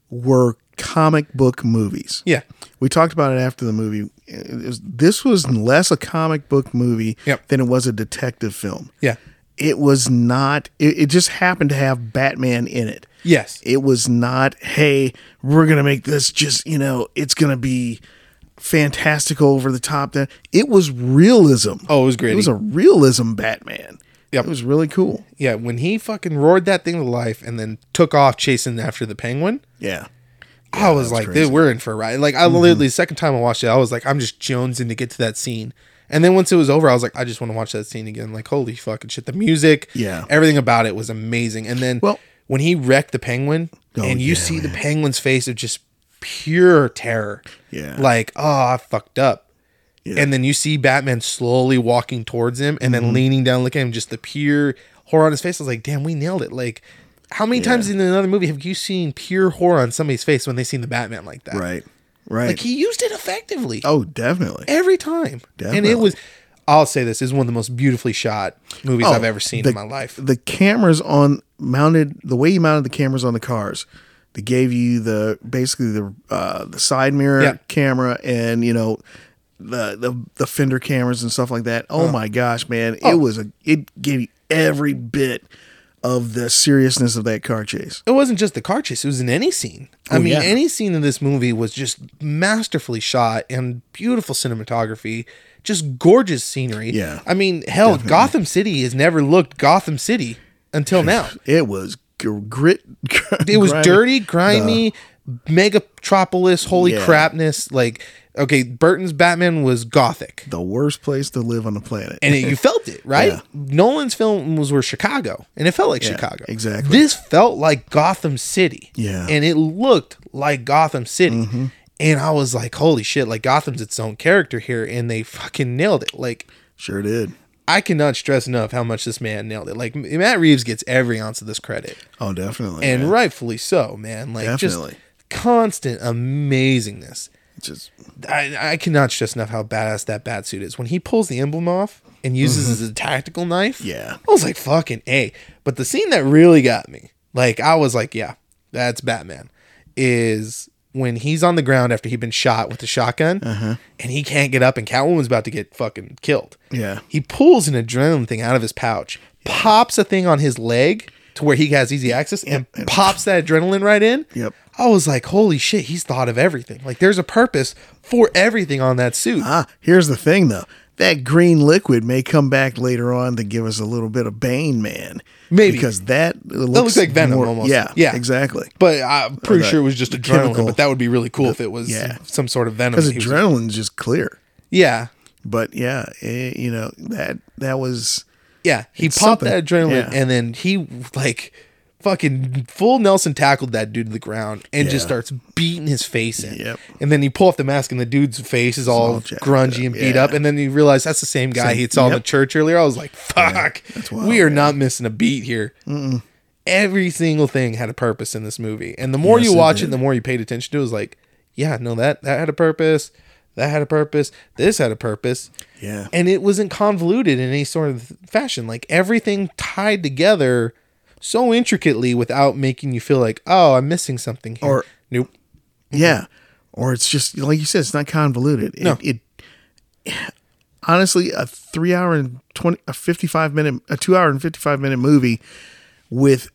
B: were comic book movies.
A: Yeah.
B: We talked about it after the movie. It was- this was less a comic book movie
A: Yep.
B: than it was a detective film.
A: Yeah.
B: it was not. It, it just happened to have Batman in it.
A: Yes.
B: It was not. Hey, we're gonna make this just you know it's gonna be fantastical over the top. That it was realism.
A: Oh, it was gritty.
B: It was a realism Batman.
A: Yep.
B: It was really cool.
A: yeah, when he fucking roared that thing to life and then took off chasing after the penguin,
B: Yeah.
A: I was like, dude, we're in for a ride. Like, I
B: Mm-hmm.
A: literally, the second time I watched it, I was like, I'm just jonesing to get to that scene. And then once it was over, I was like, I just want to watch that scene again. Like, holy fucking shit. The music,
B: Yeah.
A: everything about it was amazing. And then
B: Well-
A: when he wrecked the penguin,
B: Oh,
A: and you
B: yeah,
A: see the penguin's face of just pure terror.
B: Yeah.
A: Like, oh, I fucked up.
B: Yeah. Mm-hmm.
A: And then you see Batman slowly walking towards him and then leaning down, looking at him, just the pure horror on his face. I was like, damn, we nailed it. Like, how many times in another movie have you seen pure horror on somebody's face when they seen the Batman like that?
B: Right. Right.
A: Like, he used it effectively
B: oh, definitely.
A: every time. And
B: Definitely.
A: it was, I'll say this, is one of the most beautifully shot movies I've
B: Oh,
A: ever seen
B: the-
A: in my life.
B: The cameras on mounted the way you mounted the cameras on the cars. They gave you the basically the uh, the side mirror
A: Yeah.
B: camera and you know the, the the fender cameras and stuff like that. Oh my gosh, man!
A: Oh.
B: It was a it gave you every bit of the seriousness of that car chase.
A: It wasn't just the car chase, it was in any scene. I
B: Oh,
A: mean,
B: yeah.
A: any scene in this movie was just masterfully shot and beautiful cinematography. Just gorgeous scenery.
B: Yeah.
A: I mean, hell, Gotham City has never looked Gotham City until now.
B: It was gr- grit.
A: it was dirty, grimy, megatropolis, holy
B: Yeah.
A: crapness. Like, okay, Burton's Batman was gothic,
B: The worst place to live on the planet.
A: and it, you felt it, right?
B: Yeah.
A: Nolan's films were Chicago, and it felt like Chicago.
B: exactly.
A: This felt like Gotham City.
B: Yeah. Mm-hmm.
A: and it looked like Gotham City. And I was like, holy shit, like Gotham's its own character here, and they fucking nailed it. Like,
B: sure did.
A: I cannot stress enough how much this man nailed it. Like, Matt Reeves gets every ounce of this credit
B: Oh, definitely.
A: and
B: man.
A: rightfully so, man. Like
B: Definitely.
A: just constant amazingness.
B: just
A: I, I cannot stress enough how badass that bat suit is. When he pulls the emblem off and uses it as a tactical knife,
B: Mm-hmm. Yeah.
A: I was like fucking a. But the scene that really got me, like I was like, yeah, that's Batman, is when he's on the ground after he'd been shot with the shotgun and he can't get up and Catwoman's about to get fucking killed.
B: Yeah.
A: He pulls an adrenaline thing out of his pouch, pops a thing on his leg to where he has easy access, and pops that adrenaline right in.
B: Yep.
A: I was like, holy shit, he's thought of everything. Like, there's a purpose for everything on that suit.
B: Ah, here's the thing though. That green liquid may come back later on to give us a little bit of Bane Man.
A: Maybe.
B: Because that looks,
A: looks like Venom almost.
B: Yeah.
A: Yeah.
B: Exactly.
A: but I'm pretty
B: the-
A: sure it was just
B: the
A: adrenaline,
B: chemical-
A: but that would be really cool if it was
B: yeah.
A: some sort of venom.
B: Because
A: he was-
B: adrenaline's just clear.
A: yeah.
B: But yeah, eh, you know, that that was
A: Yeah. He
B: It's
A: popped
B: something.
A: that adrenaline
B: Yeah.
A: and then he, like, fucking full Nelson tackled that dude to the ground and just
B: Yeah.
A: starts beating his face in.
B: Yep.
A: And then you pull off the mask and the dude's face is all,
B: all jacked
A: grungy and beat
B: yeah.
A: up. And then you realize that's the same guy
B: Same-
A: he saw in the
B: yep.
A: church earlier. I was like, fuck,
B: wild,
A: we are not missing a beat here. Every single thing had a purpose in this movie. And the more
B: Yes,
A: you
B: it
A: watch it,
B: did.
A: the more you paid attention to it, it was like, yeah, no, that, that had a purpose. That had a purpose. This had a purpose.
B: Yeah.
A: And it wasn't convoluted in any sort of fashion. Like everything tied together so intricately without making you feel like, oh, I'm missing something here.
B: Or-
A: nope.
B: Yeah. Or it's just like you said, it's not convoluted. It,
A: No.
B: it honestly a three hour and twenty a fifty five minute a two hour and fifty five minute movie with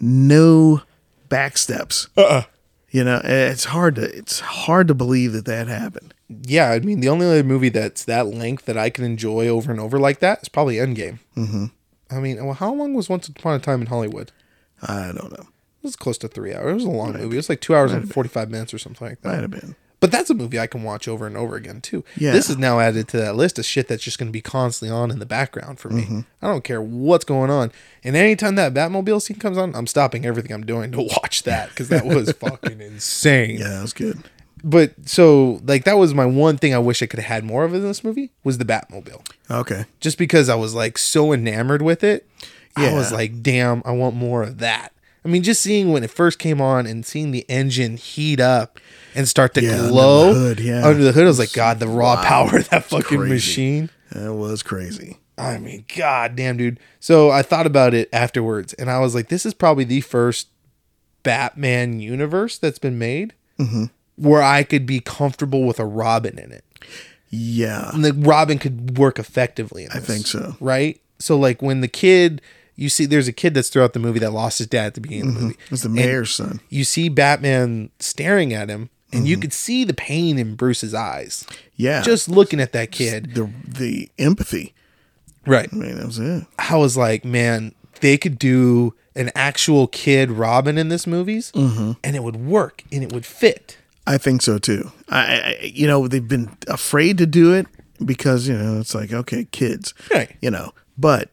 B: no back steps. Uh-uh. You know, eh, it's hard to it's hard to believe that that happened.
A: Yeah, I mean, the only other movie that's that length that I can enjoy over and over like that is probably Endgame. Mm-hmm. I mean, well, how long was Once Upon a Time in Hollywood?
B: I don't know.
A: It was close to three hours. It was a long movie. It was like two hours and 45 minutes or something like that.
B: Might have been.
A: But that's a movie I can watch over and over again too.
B: Yeah.
A: This is now added to that list of shit that's just going to be constantly on in the background for
B: Mm-hmm.
A: me. I don't care what's going on. And anytime that Batmobile scene comes on, I'm stopping everything I'm doing to watch that because that was fucking insane.
B: Yeah, that was good.
A: But so like that was my one thing I wish I could have had more of in this movie was the Batmobile.
B: Okay.
A: Just because I was like so enamored with it, I
B: Yeah.
A: was like, damn, I want more of that. I mean, just seeing when it first came on and seeing the engine heat up and start to
B: Yeah, under the
A: glow
B: hood, yeah.
A: under the hood, I was like, God, the raw power of that fucking
B: crazy.
A: machine.
B: That was crazy.
A: I mean, god damn, dude. So I thought about it afterwards and I was like, this is probably the first Batman universe that's been made
B: Mm-hmm.
A: where I could be comfortable with a Robin in it.
B: Yeah.
A: And the Robin could work effectively in this.
B: I think so.
A: Right? so like when the kid you see there's a kid that's throughout the movie that lost his dad at the beginning of the movie.
B: It's the mayor's son.
A: You see Batman staring at him and you could see the pain in Bruce's eyes.
B: Yeah.
A: Just looking at that kid.
B: the the empathy.
A: Right.
B: I mean, that was it.
A: I was like, man, they could do an actual kid Robin in this movies and it would work and it would fit.
B: I think so too. I, I you know they've been afraid to do it because you know it's like okay kids
A: Right.
B: you know but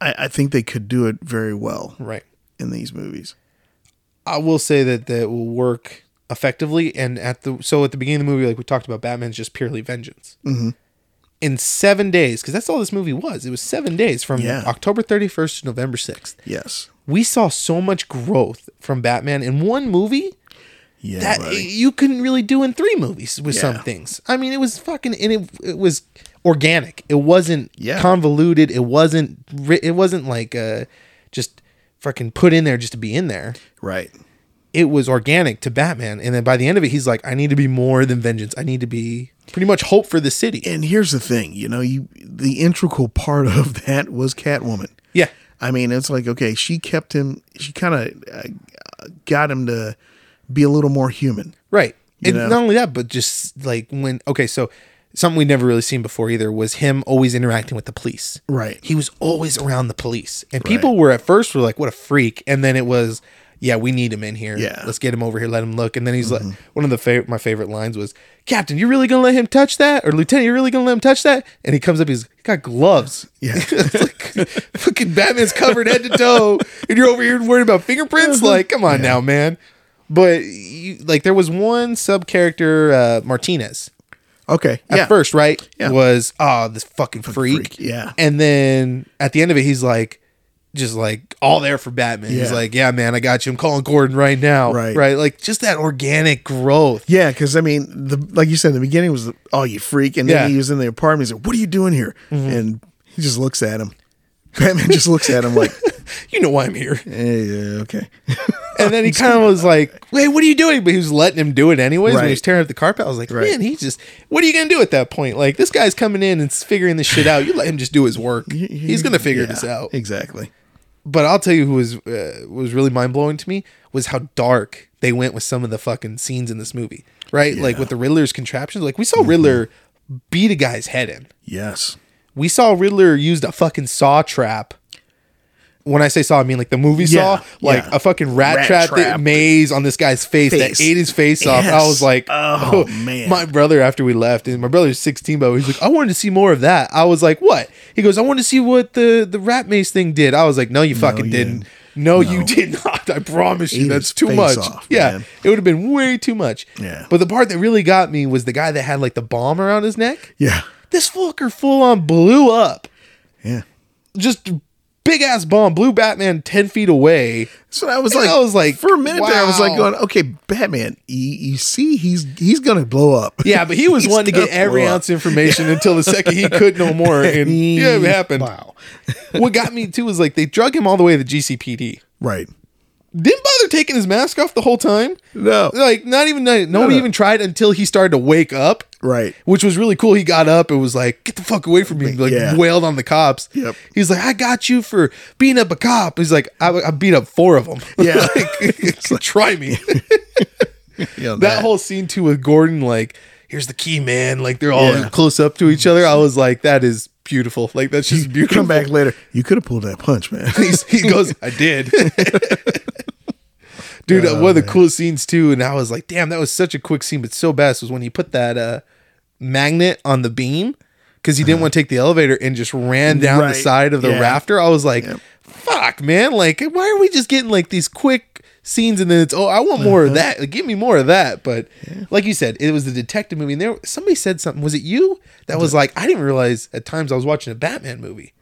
B: I, I think they could do it very well
A: Right.
B: in these movies.
A: I will say that that will work effectively. And at the so at the beginning of the movie, like we talked about, Batman's just purely vengeance. Mm-hmm. In seven days, because that's all this movie was. It was seven days from
B: Yeah.
A: October 31st to November 6th.
B: Yes.
A: We saw so much growth from Batman in one movie
B: Yeah.
A: that
B: buddy.
A: you couldn't really do in three movies with some
B: Yeah.
A: things. I mean, it was fucking and it it was organic. It wasn't
B: Yeah.
A: convoluted. It wasn't ri- it wasn't like uh just fucking put in there just to be in there
B: right.
A: it was organic to Batman. And then by the end of it, he's like, I need to be more than vengeance. I need to be pretty much hope for the city.
B: And here's the thing, you know, you the integral part of that was Catwoman.
A: Yeah.
B: I mean, it's like okay, she kept him. She kind of uh, got him to be a little more human.
A: Right. And
B: know?
A: not only that, but just like when, okay, so something we'd never really seen before either was him always interacting with the police.
B: Right.
A: He was always around the police. And people were at first were like, what a freak. And then it was, yeah, we need him in here.
B: Yeah. Mm-hmm.
A: Let's get him over here. Let him look. And then he's like, one of the favorite, my favorite lines was, Captain, you really going to let him touch that? Or Lieutenant, you really going to let him touch that? And he comes up, he's got gloves.
B: Yeah.
A: It's like, fucking Batman's covered head to toe, and you're over here worried about fingerprints.
B: Uh-huh.
A: Like, come on now, man. But you, like, there was one sub character, uh, Martinez,
B: Okay.
A: at
B: yeah.
A: first, right?
B: Yeah.
A: Was ah this fucking freak.
B: freak, yeah.
A: And then at the end of it, he's like, just like all there for Batman. He's
B: Yeah.
A: like, yeah, man, I got you. I'm calling Gordon right now.
B: Right.
A: Right. Like just that organic growth.
B: Yeah, because I mean, the like you said, the beginning was oh you freak, and then
A: Yeah. Mm-hmm.
B: he was in the apartment. He's like, "What are you doing here?" And he just looks at him. Batman just looks at him like,
A: You know why I'm here.
B: eh, yeah, "Okay,
A: And then he kind of was like, "Wait, what are you doing?" But he was letting him do it anyways. When he
B: Right.
A: was tearing up the carpet, I was like,
B: Right.
A: "Man, he just what are you gonna do at that point? Like this guy's coming in and s- figuring this shit out. You let him just do his work. He's gonna figure
B: Yeah,
A: this out."
B: exactly."
A: But I'll tell you who was uh, was really mind blowing to me was how dark they went with some of the fucking scenes in this movie. Right, like with the Riddler's contraptions. Like we saw Riddler
B: Mm-hmm.
A: beat a guy's head in.
B: Yes,
A: We saw Riddler used a fucking saw trap. When I say saw, I mean like the movie
B: Yeah,
A: saw, like
B: yeah.
A: a fucking rat,
B: Rat
A: trap, that
B: trap.
A: maze on this guy's face,
B: Face.
A: that ate his face off. I
B: Yes.
A: was like,
B: Oh, man.
A: My brother, after we left, and my brother's 16, but he's like, I wanted to see more of that. I was like, what? He goes, I want to see what the, the rat maze thing did. I was like, no, you fucking
B: you
A: didn't.
B: didn't.
A: No, you did not. I promise you,
B: Ate
A: that's
B: his
A: too
B: face
A: much.
B: off,
A: yeah,
B: man.
A: it would have been way too much.
B: Yeah.
A: But the part that really got me was the guy that had like the bomb around his neck.
B: yeah,
A: This fucker full on blew up
B: yeah.
A: just big ass bomb blew Batman ten feet away.
B: So I was
A: And
B: like,
A: I was like,
B: for a minute there, I was like,
A: wow.
B: going, "Okay, Batman, you, you see, he's he's gonna blow up."
A: Yeah, but he was
B: He's
A: wanting to get
B: gonna
A: every
B: blow up.
A: ounce of information until the second he could no more, and yeah, it happened.
B: Wow.
A: what got me too was like they drug him all the way to the GCPD.
B: Right.
A: Didn't bother taking his mask off the whole time.
B: No.
A: Like not even nobody even tried until he started to wake up.
B: Right.
A: Which was really cool. He got up and was like, "Get the fuck away from me!" Like
B: Yeah.
A: wailed on the cops.
B: Yep.
A: He's like, "I got you for beating up a cop." He's like, "I, I beat up four of them."
B: Yeah.
A: like, try me.
B: Yeah,
A: that, whole scene too with Gordon, like, here's the key, man. Like they're all
B: Yeah.
A: close up to each other. I was like, that is beautiful. Like that's just
B: You
A: beautiful.
B: come back later. You could have pulled that punch, man.
A: He's- he goes, I did. Dude, uh, one of the coolest scenes too, and I was like, damn, that was such a quick scene, but so fast was when he put that uh magnet on the beam because he didn't want to take the elevator and just ran down the
B: Right.
A: side of the
B: Yeah.
A: rafter. I was like, fuck, man, like why are we just getting like these quick scenes and then it's oh I want more of that. Like, give me more of that. But like you said, it was a detective movie and there somebody said something. Was it you? That was like I didn't realize at times I was watching a Batman movie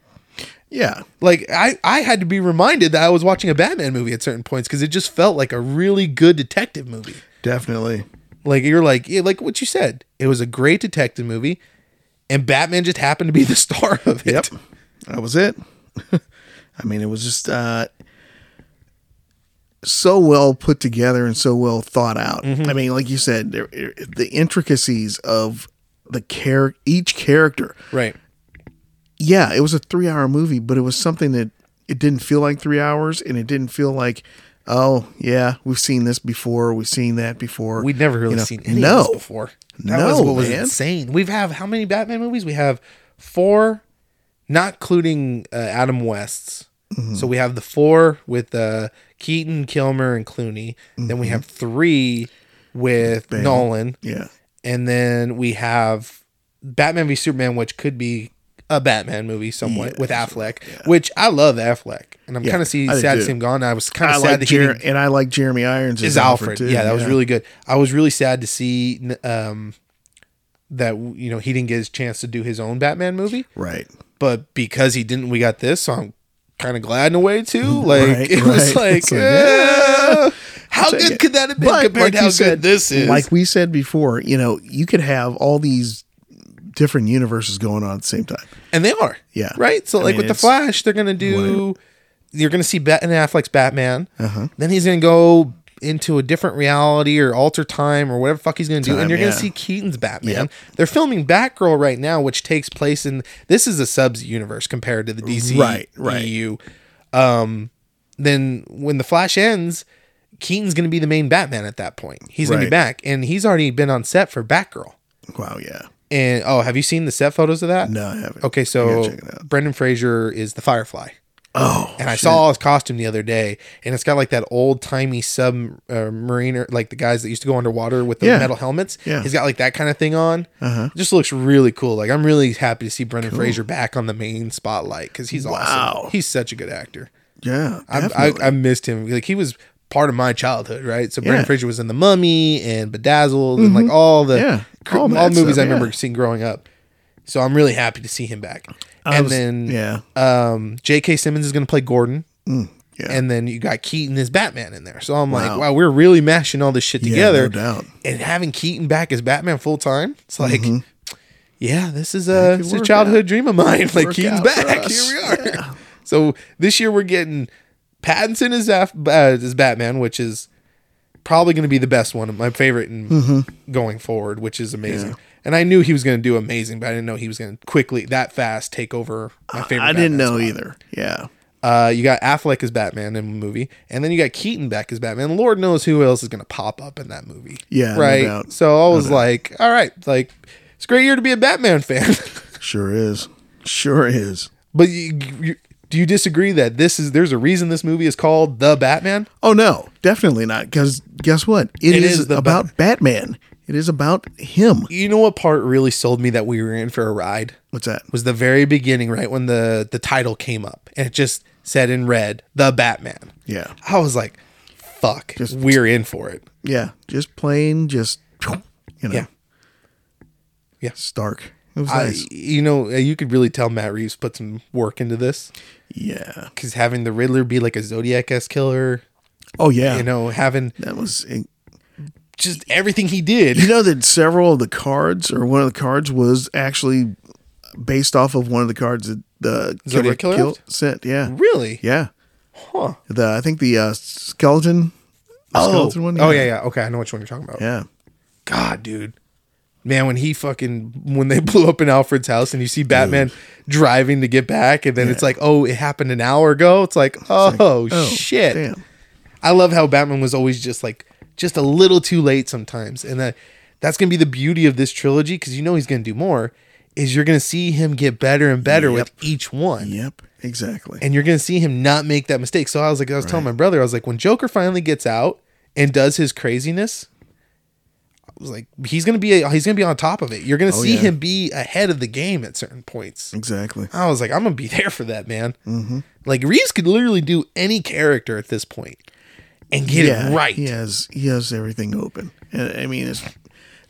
B: yeah.
A: like I, I had to be reminded that I was watching a Batman movie at certain points because it just felt like a really good detective movie.
B: Definitely.
A: Like you're like yeah, like what you said, it was a great detective movie, and Batman just happened to be the star of it.
B: Yep. That was it. I mean, it was just uh, so well put together and so well thought out.
A: Mm-hmm.
B: I mean, like you said, there, the intricacies of the char- each character
A: Right.
B: yeah, it was a three hour movie, but it was something that it didn't feel like three hours and it didn't feel like, oh, yeah, we've seen this before, we've seen that before.
A: We'd never really
B: You know,
A: seen any
B: no.
A: of this before. That was
B: No,
A: what was
B: man.
A: insane. We've have how many Batman movies? We have four, not including uh, Adam West's.
B: Mm-hmm.
A: So we have the four with uh, Keaton, Kilmer, and Clooney. Then we
B: Mm-hmm.
A: have three with Nolan,
B: Yeah.
A: and then we have Batman v Superman, which could be a Batman movie somewhat with Affleck, which I love Affleck, and I'm kind of see,
B: I do
A: sad to
B: too.
A: see him gone. I was kind
B: I
A: of sad
B: like
A: that he didn't
B: Jer- and I like Jeremy Irons
A: is Alfred. Yeah, that was really good. I was really sad to see n- um, that you know he didn't get his chance to do his own Batman movie,
B: right.
A: but because he didn't, we got this. So I'm kind of glad in a way too. Like
B: Right,
A: it was
B: right.
A: like,
B: It's like,
A: eh, how good
B: it.
A: could that have been
B: But,
A: compared
B: like
A: to how
B: you
A: good
B: said,
A: this is?
B: Like we said before, you know, you could have all these different universes going on at the same time.
A: and they are.
B: Yeah.
A: Right. So
B: I
A: like
B: mean,
A: with the
B: it's-
A: Flash, they're gonna do. You're gonna see Ben Affleck's Batman.
B: Uh-huh.
A: Then he's gonna go into a different reality or alter time or whatever the fuck he's gonna do, and
B: Time,
A: you're
B: yeah.
A: gonna see Keaton's Batman.
B: Yep.
A: They're filming Batgirl right now, which takes place in this is a subs universe compared to the DC
B: Right, right.
A: EU. Um, then when the Flash ends. Keaton's going to be the main Batman at that point. He's going to be
B: Right.
A: back, and he's already been on set for Batgirl.
B: Wow, yeah.
A: And oh, have you seen the set photos of that?
B: No, I haven't.
A: Okay,
B: gotta
A: so
B: check it out.
A: Brendan Fraser is the Firefly,
B: Oh,
A: and I saw his costume the other day, and it's got like that old timey submariner, like the guys that used to go underwater with the
B: Yeah.
A: metal helmets.
B: Yeah.
A: he's got like that kind of thing on. Uh-huh. Just looks really cool. Like I'm really happy to see Brendan Fraser back on the main spotlight because he's
B: Wow.
A: awesome. He's such a good actor.
B: yeah.
A: I,
B: definitely.
A: I, I missed him. Like he was part of my childhood, right? So Brendan
B: Yeah. Mm-hmm.
A: Fraser was in The Mummy and Bedazzled and like all the
B: Yeah.
A: cr-
B: All
A: all,
B: that
A: movies I
B: stuff,
A: remember
B: yeah.
A: seeing growing up. So I'm really happy to see him back.
B: I
A: and
B: was-
A: then
B: yeah.
A: um, J.K. Simmons is going to play Gordon.
B: Mm, yeah.
A: And then you got Keaton as Batman in there. So I'm like,
B: Wow.
A: wow, we're really mashing all this shit
B: Yeah,
A: together.
B: no doubt.
A: And having Keaton back as Batman full time, it's like, yeah, this is a,
B: could
A: this is a
B: Mm-hmm. work
A: childhood dream of mine. Like
B: work
A: Keaton's
B: out for
A: back.
B: us.
A: Here we are. So this year we're getting Pattinson as, Af- uh, as Batman, which is probably going to be the best one, my favorite in
B: Mm-hmm.
A: going forward, which is amazing. And I knew he was going to do amazing, but I didn't know he was going to quickly that fast take over my favorite.
B: I
A: Batman
B: didn't know
A: spot.
B: either. Yeah.
A: Uh, you got Affleck as Batman in the movie, and then you got Keaton back as Batman. Lord knows who else is going to pop up in that movie.
B: Yeah, no
A: right.
B: doubt.
A: So I was like, all right, like it's a great year to be a Batman fan.
B: Sure is. Sure is.
A: but you, you, do you disagree that this is there's a reason this movie is called the Batman?
B: Oh no, definitely not. Because guess what?
A: It
B: it is,
A: is the
B: about Batman. It is about him.
A: You know what part really sold me that we were in for a ride
B: What's that?
A: was the very beginning, right when the the title came up, and it just said in red, "The Batman."
B: Yeah,
A: I was like, "Fuck, we're in for it."
B: yeah. Just plain, just you know.
A: Yeah. Yeah.
B: Stark. It was
A: I,
B: nice.
A: you know, uh, you could really tell Matt Reeves put some work into this
B: Yeah.
A: because having the Riddler be like a Zodiac s killer,
B: Oh yeah.
A: you know, having
B: that was.
A: just everything he did.
B: You know that several of the cards, or one of the cards, was actually based off of one of the cards that the
A: Zodiac Killer left?
B: sent. Yeah.
A: Really?
B: Yeah.
A: Huh.
B: The I think the uh, skeleton. The skeleton one.
A: Oh yeah, yeah. Okay, I know which one you're talking about.
B: Yeah.
A: God, dude. Man, when he fucking when they blew up in Alfred's house and you see Batman driving to get back, and then it's like, oh, it happened an hour ago. It's like, oh, shit.
B: Damn.
A: I love how Batman was always just like just a little too late sometimes, and that that's gonna be the beauty of this trilogy because you know he's gonna do more. Is you're gonna see him get better and better with each one,
B: Yep. Exactly.
A: and you're gonna see him not make that mistake. So I was like, I was telling my brother, I was like, when Joker finally gets out and does his craziness, I was like, he's gonna be he's gonna be on top of it. You're gonna see
B: Oh, yeah.
A: him be ahead of the game at certain points.
B: exactly.
A: I was like, I'm gonna be there for that, man.
B: Mm-hmm.
A: Like Reeves could literally do any character at this point and get it right.
B: He has he has everything open. And, I mean, it's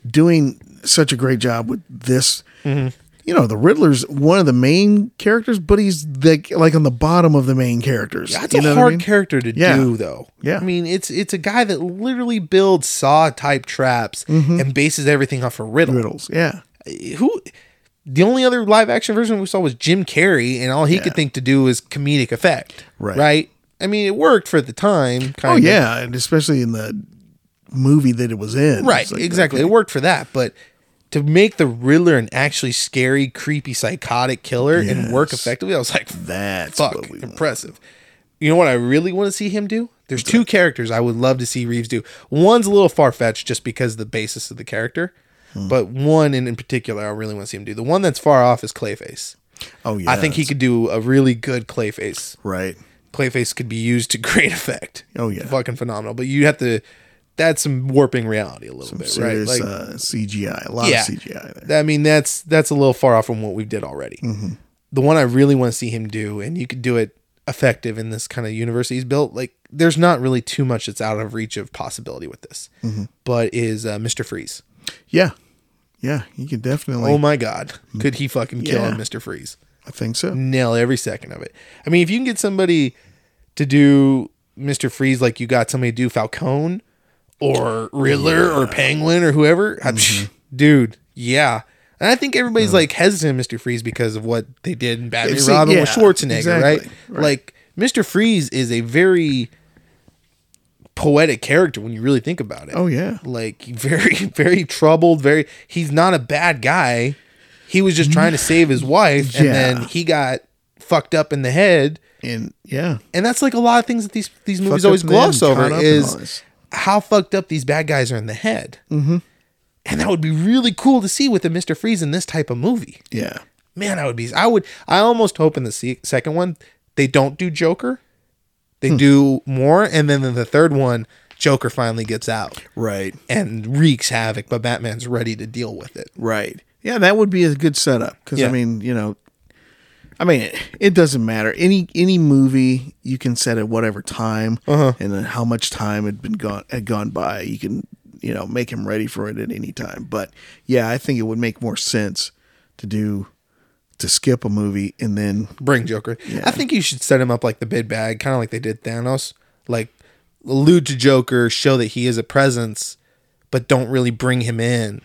B: doing such a great job with this.
A: Mm-hmm.
B: You know, the Riddler's one of the main characters, but he's the, like on the bottom of the main characters.
A: That's
B: you
A: a
B: know what I
A: hard
B: mean?
A: character to
B: Yeah.
A: do, though.
B: Yeah.
A: I mean, it's it's a guy that literally builds saw type traps
B: Mm-hmm.
A: and bases everything off a riddle.
B: riddles. Yeah,
A: Who? The only other live action version we saw was Jim Carrey, and all he could think to do was comedic effect.
B: Right.
A: Right. I mean, it worked for the time. Kind
B: oh
A: of.
B: yeah, and especially in the movie that it was in.
A: Right.
B: It's like,
A: exactly. It worked for that, but to make the Riddler an actually scary, creepy, psychotic killer and work
B: Yes.
A: effectively, I was like,
B: That's
A: fuck,
B: what we want.
A: impressive. You know what I really want to see him do? There's two characters I would love to see Reeves do. One's a little far fetched just because of the basis of the character,
B: Hmm.
A: but one in, in particular I really want to see him do. The one that's far off is Clayface.
B: Oh yeah,
A: I think he
B: that's
A: could do a really good Clayface.
B: right.
A: Clayface could be used to great effect.
B: Oh, yeah.
A: fucking phenomenal. But you have to. That's some warping reality a little bit,
B: Serious
A: right?
B: uh, CGI, a lot
A: yeah.
B: of CGI there.
A: I mean, that's that's a little far off from what we did already. The one I really want to see him do, and you could do it effective in this kind of universe he's built. Like, there's not really too much that's out of reach of possibility with this. But is uh, Mister Freeze?
B: Yeah, yeah, he could definitely.
A: Oh my God, could he fucking kill
B: Yeah.
A: Mister Freeze?
B: I think so.
A: Nail every second of it. I mean, if you can get somebody to do Mister Freeze like you got somebody to do Falcone or Riddler or Penguin or whoever, I'm-
B: Mm-hmm.
A: dude, yeah. And I think everybody's like hesitant, Mister Freeze, because of what they did in Batman
B: They've
A: and
B: seen-
A: Robin
B: yeah,
A: with Schwarzenegger, right?
B: exactly, right.
A: Like Mister Freeze is a very poetic character when you really think about it.
B: Oh yeah,
A: Like very, very troubled. Very, he's not a bad guy. He was just trying to save his wife, and
B: Yeah.
A: then he got fucked up in the head.
B: and yeah,
A: And that's like a lot of things that these these movies always
B: Fucked up in the head,
A: gloss over
B: caught up in all
A: is
B: this.
A: how fucked up these bad guys are in the head. Mm-hmm. And that would be really cool to see with a Mister Freeze in this type of movie.
B: yeah.
A: Man, I would be. I would. I almost hope in the se- second one they don't do Joker. They
B: Hmm.
A: do more, and then in the third one, Joker finally gets out
B: Right,
A: and wreaks havoc, but Batman's ready to deal with it.
B: right. Yeah, that would be a good setup because
A: Yeah.
B: I mean, you know, I mean, it, it doesn't matter. Any any movie you can set at whatever time,
A: Uh-huh.
B: and then how much time had been gone had gone by, you can you know make him ready for it at any time. But yeah, I think it would make more sense to do to skip a movie and then
A: Bring Joker. I think you should set him up like the bid bag, kind of like they did Thanos. Like allude to Joker, show that he is a presence, but don't really bring him in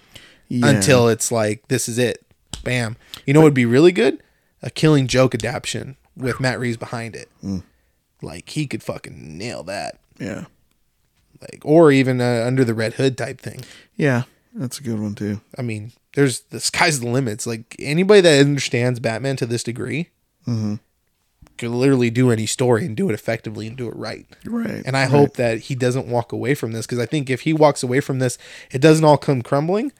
B: Yeah.
A: until it's like this is it. Bam. You know what would be really good? A Killing Joke adaptation with Matt Reeves behind it. Like he could fucking nail that.
B: yeah.
A: Like or even uh, under the Red Hood type thing.
B: Yeah, that's a good one too.
A: I mean, there's the sky's the limits. Like anybody that understands Batman to this degree could literally do any story and do it effectively and do it right.
B: Right.
A: And I hope that he doesn't walk away from this because I think if he walks away from this, it doesn't all come crumbling,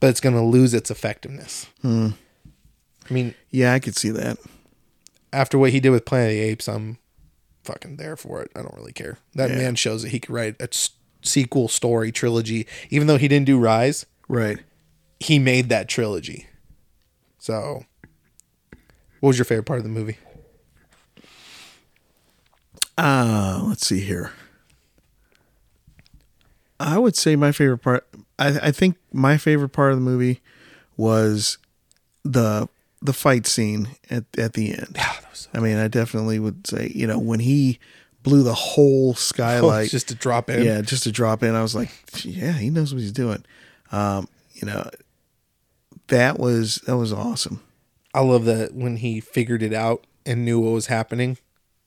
A: but it's going to lose its effectiveness. I mean,
B: yeah, I could see that.
A: after what he did with Planet of the Apes, I'm fucking there for it. I don't really care. That man shows that he could write a s- sequel story trilogy, even though he didn't do Rise
B: Right.
A: he made that trilogy. So, what was your favorite part of the movie?
B: Uh, let's see here. I would say my favorite part I, I think my favorite part of the movie was the the fight scene at, at the end. I mean, I definitely would say, you know, when he blew the whole skylight
A: just to drop in.
B: yeah, just to drop in. I was like, yeah, he knows what he's doing. Um, you know, that was that was awesome.
A: I love that when he figured it out and knew what was happening.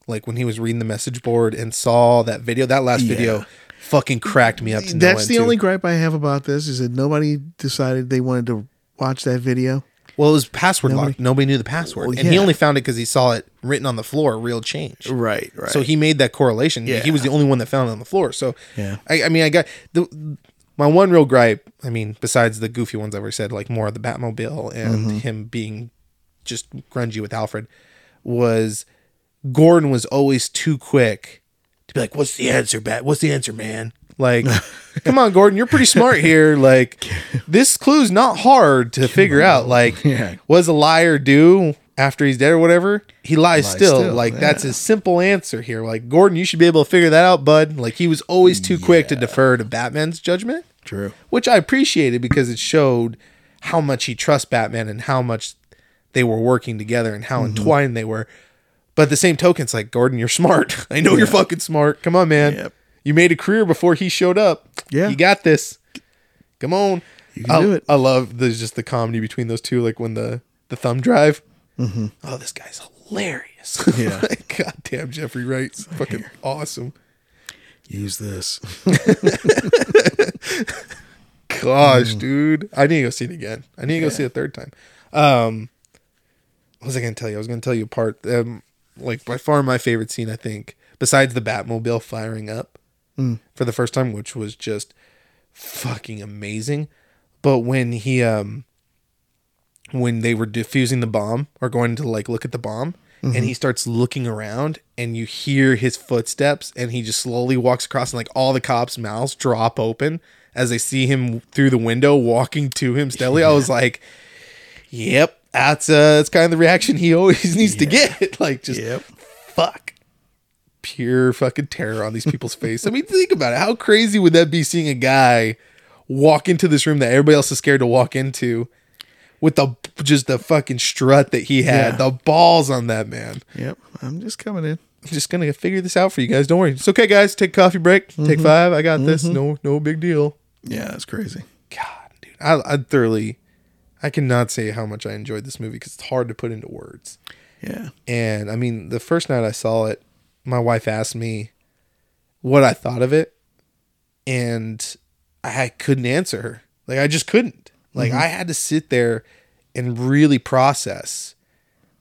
A: Like when he was reading the message board and saw that video, that last video fucking cracked me up to no
B: That's
A: end,
B: the
A: too.
B: only gripe I have about this is that nobody decided they wanted to watch that video.
A: Well, it was password locked. Nobody knew the password.
B: Well,
A: And he
B: yeah.
A: only found it because he saw it written on the floor, real change.
B: Right, right.
A: So he made that correlation.
B: Yeah.
A: He was the only one that found it on the floor. So
B: Yeah.
A: I, I mean, I got the my one real gripe. I mean, besides the goofy ones I've already said, like more of the Batmobile and
B: Mm-hmm.
A: him being just grungy with Alfred, was Gordon was always too quick to be like, "What's the answer, Bat? What's the answer, man?" Like, come on, Gordon, you're pretty smart here. Like, this clue's not hard to figure out. Like,
B: Yeah.
A: what does a liar do after he's dead or whatever? He lies, still.
B: still,
A: Like, that's his simple answer here. Like, Gordon, you should be able to figure that out, bud. Like, he was always too quick to defer to Batman's judgment
B: True.
A: which I appreciated because it showed how much he trusts Batman and how much they were working together and
B: Mm-hmm.
A: how entwined they were. But at the same token, it's like Gordon, you're smart. I know you're fucking smart. Come on, man.
B: Yep.
A: You made a career before he showed up.
B: Yeah.
A: you got this. Come on. You
B: can
A: I,
B: do it.
A: I love the just the comedy between those two, like when the the thumb drive. Oh, this guy's hilarious.
B: Mm-hmm. Yeah.
A: Goddamn, Jeffrey Wright's fucking awesome.
B: Use this.
A: gosh, dude. I need to go see it again. I need to go see it a third time. Um what was I gonna tell you? I was gonna tell you a part um like by far my favorite scene, I think, besides the Batmobile firing up for the first time, which was just fucking amazing. But when he um when they were diffusing the bomb or going to like look at the bomb and he starts looking around and you hear his footsteps and he just slowly walks across and like all the cops mouths drop open as they see him through the window walking to him steadily i was like yep that's uh that's kind of the reaction he always needs to get like just
B: Yep.
A: fuck pure fucking terror on these people's face i mean think about it how crazy would that be seeing a guy walk into this room that everybody else is scared to walk into with the just the fucking strut that he had, the
B: Yeah.
A: balls on that man.
B: Yep. I'm just coming in.
A: I'm just gonna figure this out for you guys. Don't worry. It's okay, guys. Take a coffee break. Take five. I got this. No, no big deal.
B: Yeah, that's crazy.
A: God, dude, I, I thoroughly, I cannot say how much I enjoyed this movie because it's hard to put into words.
B: Yeah.
A: And I mean, the first night I saw it, my wife asked me what I thought of it, and I couldn't answer her. Like I just couldn't. Like I had to sit there and really process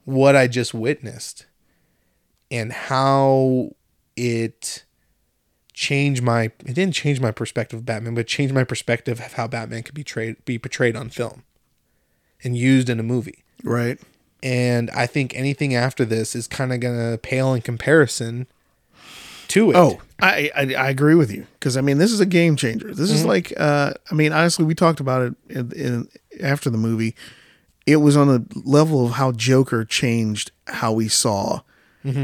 A: what I just witnessed and how it changed my it didn't change my perspective of Batman, but it changed my perspective of how Batman could be trade be portrayed on film and used in a movie
B: Right.
A: and I think anything after this is kind of gonna pale in comparison to it.
B: Oh, I, I I agree with you because I mean this is a game changer. This is like uh, I mean honestly, we talked about it in, in, after the movie. It was on the level of how Joker changed how we saw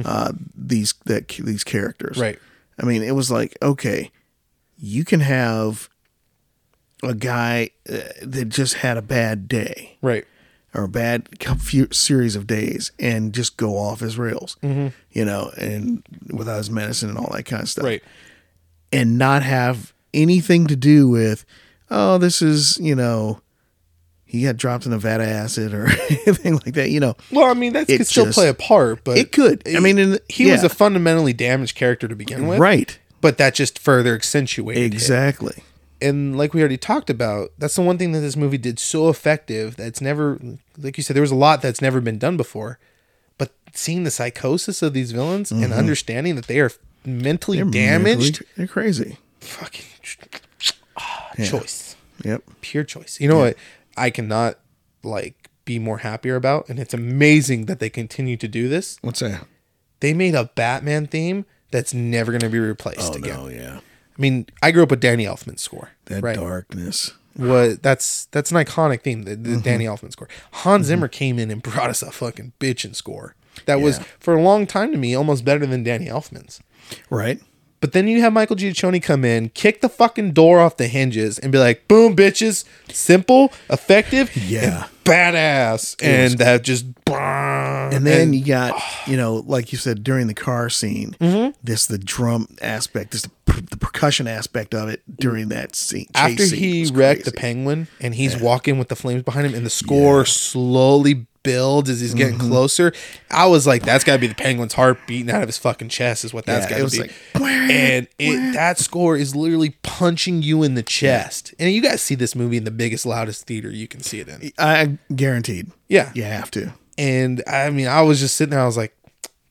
B: uh, these that these characters.
A: Right.
B: I mean, it was like okay, you can have a guy uh, that just had a bad day
A: right,
B: or a bad cou- few, series of days and just go off his rails,
A: Mm-hmm.
B: you know, and without his medicine and all that kind of stuff
A: right,
B: and not have anything to do with, oh, this is, you know, he got dropped in a vat of acid or anything like that. You know,
A: Well, I mean that
B: It
A: could still
B: just-
A: play a part, but
B: it could. I mean, and,
A: he was
B: yeah.
A: a fundamentally damaged character to begin with,
B: right.
A: But that just further accentuated it.
B: Exactly.
A: and like we already talked about, that's the one thing that this movie did so effective that's never, like you said, there was a lot that's never been done before. But seeing the psychosis of these villains
B: Mm-hmm.
A: and understanding that they are mentally damaged,
B: Mentally- They're crazy.
A: fucking ah, choice.
B: Yep.
A: pure choice. You know what I cannot like be more happier about and it's amazing that they continue to do this.
B: What's that?
A: They made a Batman theme that's never going to be
B: Oh,
A: replaced again.
B: yeah.
A: I mean, I grew up with Danny Elfman's score.
B: That
A: right.
B: darkness.
A: Was that's that's an iconic theme, the, the Danny Elfman score. Hans Zimmer came in and brought us a fucking bitchin' score. That was for a long time to me almost better than Danny Elfman's.
B: Right.
A: But then you have Michael Giacchone come in, kick the fucking door off the hinges, and be like, "Boom, bitches! Simple, effective,
B: Yeah.
A: and badass." And that just, and
B: And then you got, you know, like you said during the car scene,
A: Mm-hmm.
B: this the drum aspect, this the, per- the percussion aspect of it during that scene. chase
A: after
B: scene
A: he
B: was
A: wrecked the
B: crazy.
A: penguin, and he's walking with the flames behind him, and the score slowly builds as he's
B: Mm-hmm.
A: getting closer. I was like, "That's got to be the penguin's heart beating out of his fucking chest." Is what that's
B: Yeah,
A: got
B: it
A: to
B: was
A: be.
B: like,
A: and it, that score is literally punching you in the chest. And you guys see this movie in the biggest, loudest theater you can see it in.
B: I guaranteed.
A: Yeah.
B: You have to.
A: And I mean, I was just sitting there. I was like,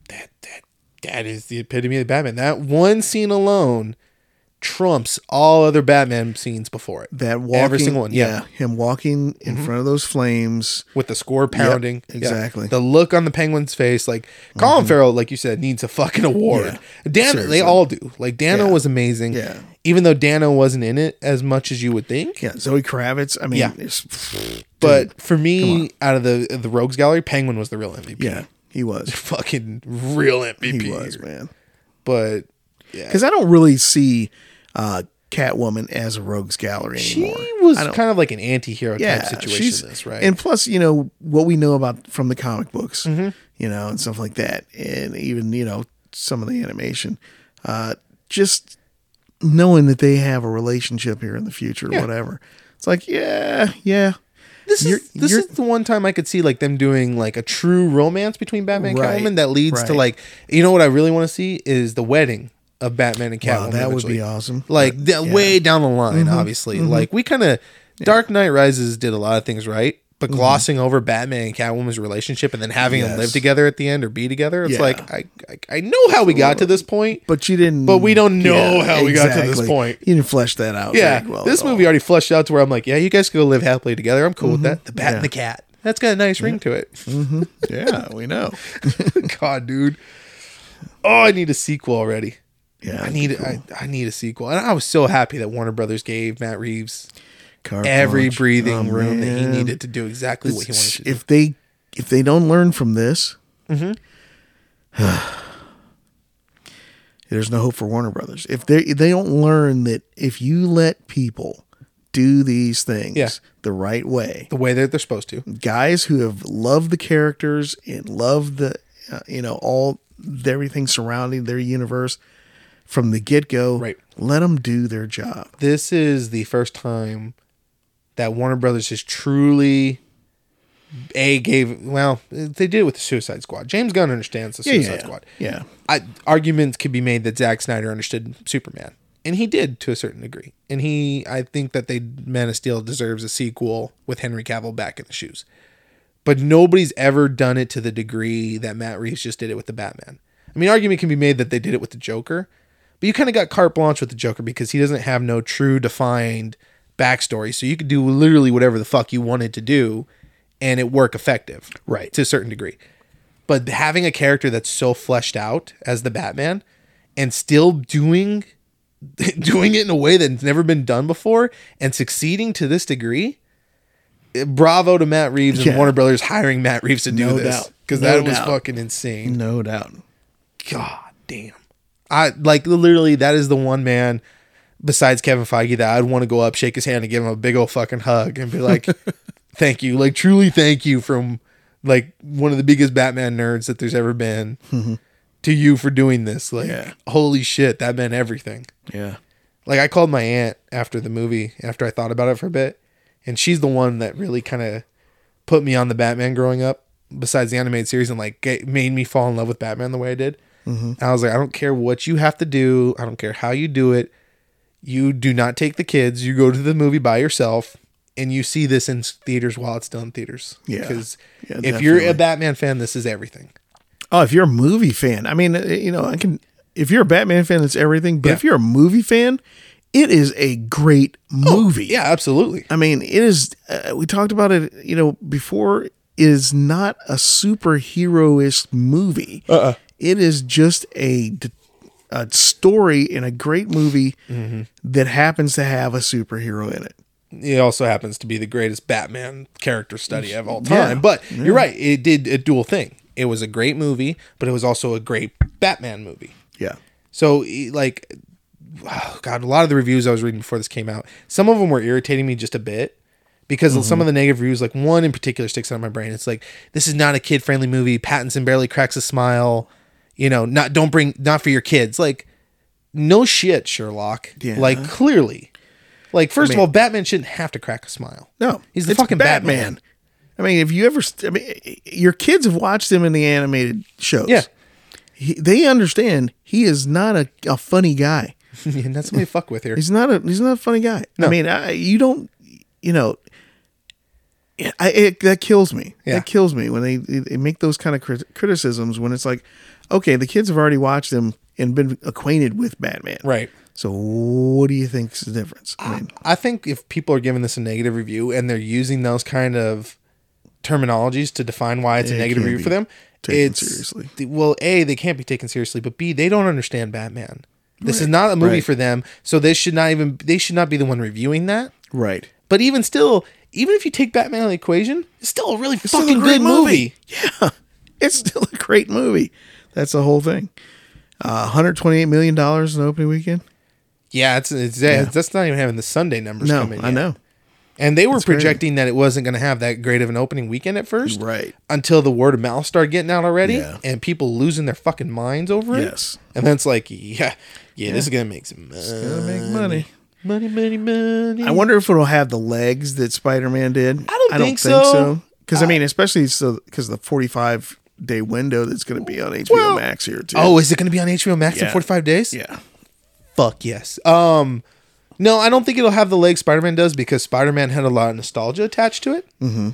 A: that that that is the epitome of Batman. That one scene alone trumps all other Batman scenes before it.
B: That walking,
A: every single one. Yeah, Mm-hmm.
B: him walking in front of those flames.
A: with the score pounding Yeah.
B: exactly. Mm-hmm.
A: The look on the Penguin's face, like Colin Farrell, like you said, needs a fucking award.
B: Yeah.
A: Dan,
B: Seriously.
A: they all do. Like Dano
B: Yeah.
A: was amazing.
B: Yeah.
A: Even though Dano wasn't in it as much as you would think,
B: Yeah, Zoe Kravitz. I mean,
A: Yeah.
B: it's-
A: but for me, out of the the Rogues Gallery, Penguin was the real MVP.
B: yeah, he was.
A: Fucking real MVP.
B: He was, man.
A: But yeah,
B: Because I don't really see uh, Catwoman as a rogues gallery
A: she
B: anymore.
A: was
B: I don't-
A: kind of like an anti-hero
B: yeah,
A: type situation.
B: she's
A: in this right?
B: and plus, you know what we know about from the comic books,
A: Mm-hmm.
B: you know, and stuff like that, and even you know some of the animation. Uh, just knowing that they have a relationship here in the future, or whatever. It's like, yeah, yeah,
A: this
B: you're-
A: is this
B: you're-
A: is the one time I could see like them doing like a true romance between Batman and
B: Right,
A: Catwoman that leads to
B: right.
A: like you know what I really want to see is the wedding of Batman and Catwoman.
B: Wow, that would
A: eventually.
B: be awesome.
A: like
B: But,
A: that
B: yeah. Mm-hmm,
A: way down the line obviously like we kind of dark knight rises did a lot of things right but glossing over batman and catwoman's relationship and then having them live
B: Mm-hmm. Yes.
A: together at the end or be together it's
B: Yeah.
A: like I, I i know how we got to this point
B: But you didn't.
A: But we don't know how we got to this point.
B: You didn't flesh that out.
A: yeah
B: very well
A: this
B: at all.
A: movie already flushed out to where i'm like yeah you guys can go live happily together i'm cool with that the bat
B: Yeah.
A: and the cat that's got a nice ring to it
B: yeah, we know.
A: god dude oh i need a sequel already
B: Yeah,
A: I need I, I need a sequel, and I was so happy that Warner Brothers gave Matt Reeves
B: Car
A: every
B: punch.
A: breathing
B: Oh,
A: room that he
B: man.
A: needed to do exactly what he wanted to do. Mm-hmm.
B: If they if they don't learn from this, there's no hope for Warner Brothers. If they they don't learn that if you let people do these things
A: Yeah.
B: the right way,
A: the way that they're supposed to.
B: guys who have loved the characters and loved the uh, you know all everything surrounding their universe from the get go,
A: Right.
B: let them do their job.
A: This is the first time that Warner Brothers has truly a gave well they did it with the Suicide Squad. James Gunn understands the Suicide Squad.
B: yeah.
A: I, arguments could be made that Zack Snyder understood Superman, and he did to a certain degree. And he, I think that they Man of Steel deserves a sequel with Henry Cavill back in the shoes. But nobody's ever done it to the degree that Matt Reeves just did it with the Batman. I mean, argument can be made that they did it with the Joker, but you kind of got carte blanche with the Joker because he doesn't have no true defined backstory. So you could do literally whatever the fuck you wanted to do, and it work effective, right, to a certain degree but having a character that's so fleshed out as the Batman and still doing doing it in a way that's never been done before and succeeding to this degree eh, bravo to Matt Reeves and
B: Yeah.
A: Warner Brothers hiring Matt Reeves to do
B: No
A: this
B: doubt.
A: cuz
B: No
A: that was
B: doubt.
A: fucking insane
B: No doubt.
A: god damn I like literally that is the one man besides Kevin Feige that I'd want to go up shake his hand and give him a big old fucking hug and be like thank you like truly thank you from like one of the biggest Batman nerds that there's ever been to you for doing this like
B: Mm-hmm. Yeah.
A: holy shit that meant everything
B: Yeah.
A: like I called my aunt after the movie, after I thought about it for a bit, and she's the one that really kind of put me on the Batman growing up. Besides the animated series, and like get, made me fall in love with Batman the way I did.
B: Mm-hmm.
A: And I was like, I don't care what you have to do. I don't care how you do it. You do not take the kids. You go to the movie by yourself, and you see this in theaters while it's still in theaters.
B: Yeah.
A: Because
B: Yeah,
A: if you're a
B: definitely.
A: Batman fan, this is everything.
B: Oh, if you're a movie fan, I mean, uh, you know, I can. If you're a Batman fan, it's everything. But if you're a movie fan, it is a great movie.
A: Yeah, absolutely.
B: I mean, it is. Uh, we talked about it, you know, before. It is not a superheroist movie. Uh-uh. is just a, d- a story in a great movie that happens to have a superhero in it.
A: it also happens to be the greatest Batman character study of all
B: Yeah.
A: time. But you're right, it did a dual thing. It was a great movie, but it was also a great Batman movie.
B: Yeah.
A: So, e- like, oh, God, a lot of the reviews I was reading before this came out, some of them were irritating me just a bit because some of the negative reviews, like one in particular, sticks out in my brain. It's like, this is not a kid friendly movie. Pattinson barely cracks a smile. You know, not don't bring not for your kids. Like, no shit, Sherlock.
B: Yeah.
A: Like, clearly. Like, first of all, Batman shouldn't have to crack a smile.
B: No,
A: He's the
B: it's
A: fucking Batman.
B: I mean, if you ever, st- I mean, your kids have watched him in the animated shows.
A: Yeah.
B: he, they understand he is not a, a funny guy.
A: and that's what we fuck with here.
B: He's not a he's not a funny guy. I mean, I, you don't, you know, I it, that kills me.
A: Yeah.
B: That kills me when they, they make those kind of crit- criticisms when it's like, okay, the kids have already watched him and been acquainted with Batman,
A: Right. Ah.
B: So what do you think's the difference? I mean,
A: I think if people are giving this a negative review and they're using those kind of terminologies to define why it's a
B: It
A: negative
B: can't
A: review
B: be
A: for them,
B: taken
A: it's
B: seriously.
A: th- Well, a they can't be taken seriously, but b they don't understand Batman. This is not a movie
B: Right.
A: for them, so they should not even they should not be the one reviewing that.
B: right.
A: But even still, even if you take Batman out of the equation, it's still a really
B: still a
A: fucking
B: great
A: good movie.
B: movie. Yeah, it's still a great movie. That's the whole thing. Uh, 128 million dollars in opening weekend.
A: Yeah, it's, it's that's not even having the Sunday numbers
B: No,
A: come in.
B: I
A: yet.
B: know.
A: And they were
B: crazy.
A: projecting that it wasn't going to have that great of an opening weekend at first.
B: Right.
A: Until the word of mouth started getting out already
B: Yeah.
A: and people losing their fucking minds over it.
B: Yes.
A: And then it's like, yeah, yeah, this is going to make some money.
B: Gotta make money.
A: Money, money, money.
B: I wonder if it'll have the legs that Spider-Man did. I
A: don't think so.
B: Because I mean, especially so because the 45 day window that's going to be on HBO Max here too.
A: oh, is it going to be on HBO Max in
B: Yeah.
A: 45 days?
B: yeah.
A: fuck yes. Um, no, I don't think it'll have the legs Spider Man does because Spider Man had a lot of nostalgia attached to it. Mm-hmm.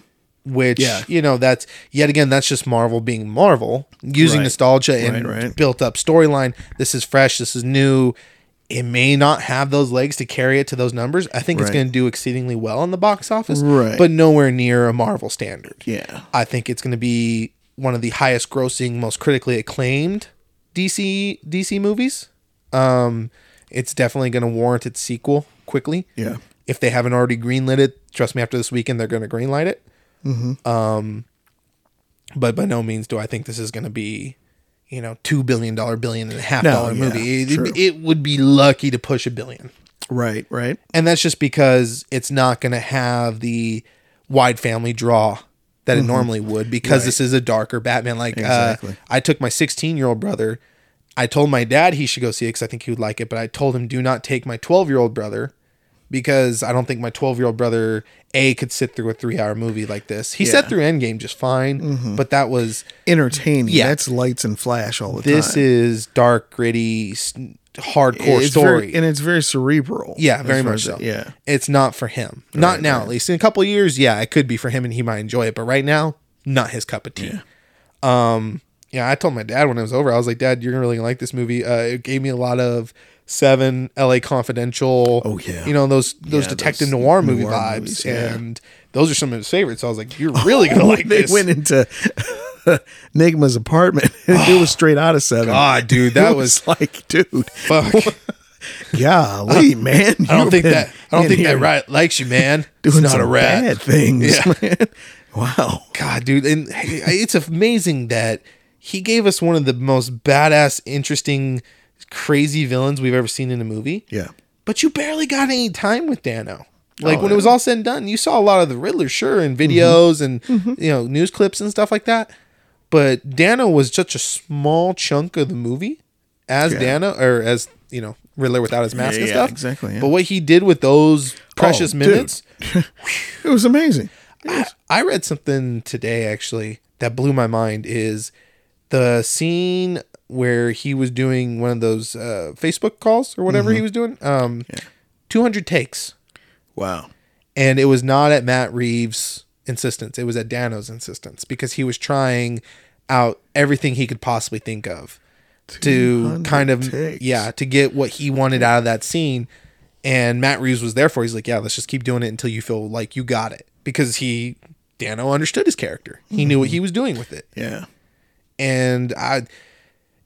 A: Which
B: Yeah.
A: you know that's yet again that's just Marvel being Marvel using
B: Right.
A: nostalgia and
B: Right, right.
A: built up storyline. This is fresh. This is new. It may not have those legs to carry it to those numbers. I think it's
B: Right.
A: going to do exceedingly well in the box office,
B: Right.
A: but nowhere near a Marvel standard.
B: Yeah.
A: I think it's going to be one of the highest grossing, most critically acclaimed DC DC movies. Um, it's definitely going to warrant its sequel quickly.
B: Yeah.
A: If they haven't already greenlit it, trust me, after this weekend, they're going to greenlight it.
B: Mm-hmm.
A: Um, but by no means do I think this is going to be, you know, two billion dollar, billion and a half
B: No,
A: dollar
B: yeah,
A: movie. It-
B: true.
A: It, it would be lucky to push a billion,
B: Right. Right.
A: and that's just because it's not going to have the wide family draw that it normally would because this is a darker Batman. Like, uh,
B: Exactly.
A: I took my 16 year old brother. I told my dad he should go see it because I think he would like it, but I told him do not take my 12 year old brother because I don't think my 12 year old brother A could sit through a three hour movie like this. He sat
B: Yeah.
A: through Endgame just fine, but that was
B: Entertaining.
A: Yeah.
B: That's lights and flash all the
A: this
B: time.
A: is dark, gritty, s- hardcore
B: it's
A: story.
B: very, and it's very cerebral.
A: Yeah,
B: as
A: very
B: far
A: much
B: as
A: so.
B: it- Yeah.
A: It's not for him. not now, at least. In a couple of years, yeah, it could be for him and he might enjoy it. But right now, not his cup of tea. Um, yeah, I told my dad when it was over, I was like, Dad, you're really gonna like this movie. Uh, it gave me a lot of Seven, LA Confidential.
B: Oh, yeah.
A: You know, those those
B: Yeah,
A: detective
B: those
A: noir movie
B: noir
A: vibes.
B: movies, yeah. Oh,
A: And those are some of his favorites. So I was like, You're really gonna like
B: they
A: this.
B: went into Enigma's apartment. it was straight out of seven.
A: Ah, Oh, dude, that
B: It
A: was
B: like, dude,
A: fuck.
B: golly, man.
A: I don't think that I don't think that right likes you, man. it's
B: Doing
A: not
B: some
A: a rat.
B: bad things,
A: Yeah.
B: man. Wow.
A: God, dude, and it's amazing that he gave us one of the most badass, interesting, crazy villains we've ever seen in a movie.
B: Yeah.
A: But you barely got any time with Dano. Like
B: Oh,
A: when it was all said and done, you saw a lot of the Riddler, sure, in videos and
B: Mm-hmm.
A: you know news clips and stuff like that. But Dano was such a small chunk of the movie as
B: Yeah.
A: Dano, or as you know Riddler without his mask
B: Yeah,
A: and
B: yeah,
A: stuff.
B: exactly, yeah. Oh,
A: But what he did with those precious
B: dude.
A: minutes,
B: It was amazing.
A: I, I read something today actually that blew my mind is the scene where he was doing one of those uh, Facebook calls or whatever he was doing. Um, 200 takes.
B: Wow.
A: And it was not at Matt Reeves' insistence. It was at Dano's insistence because he was trying out everything he could possibly think of to
B: 200
A: kind of,
B: takes.
A: yeah, to get what he wanted out of that scene. And Matt Reeves was there for. it. He's like, yeah, let's just keep doing it until you feel like you got it because he, Dano understood his character. He knew what he was doing with it.
B: Yeah.
A: And I,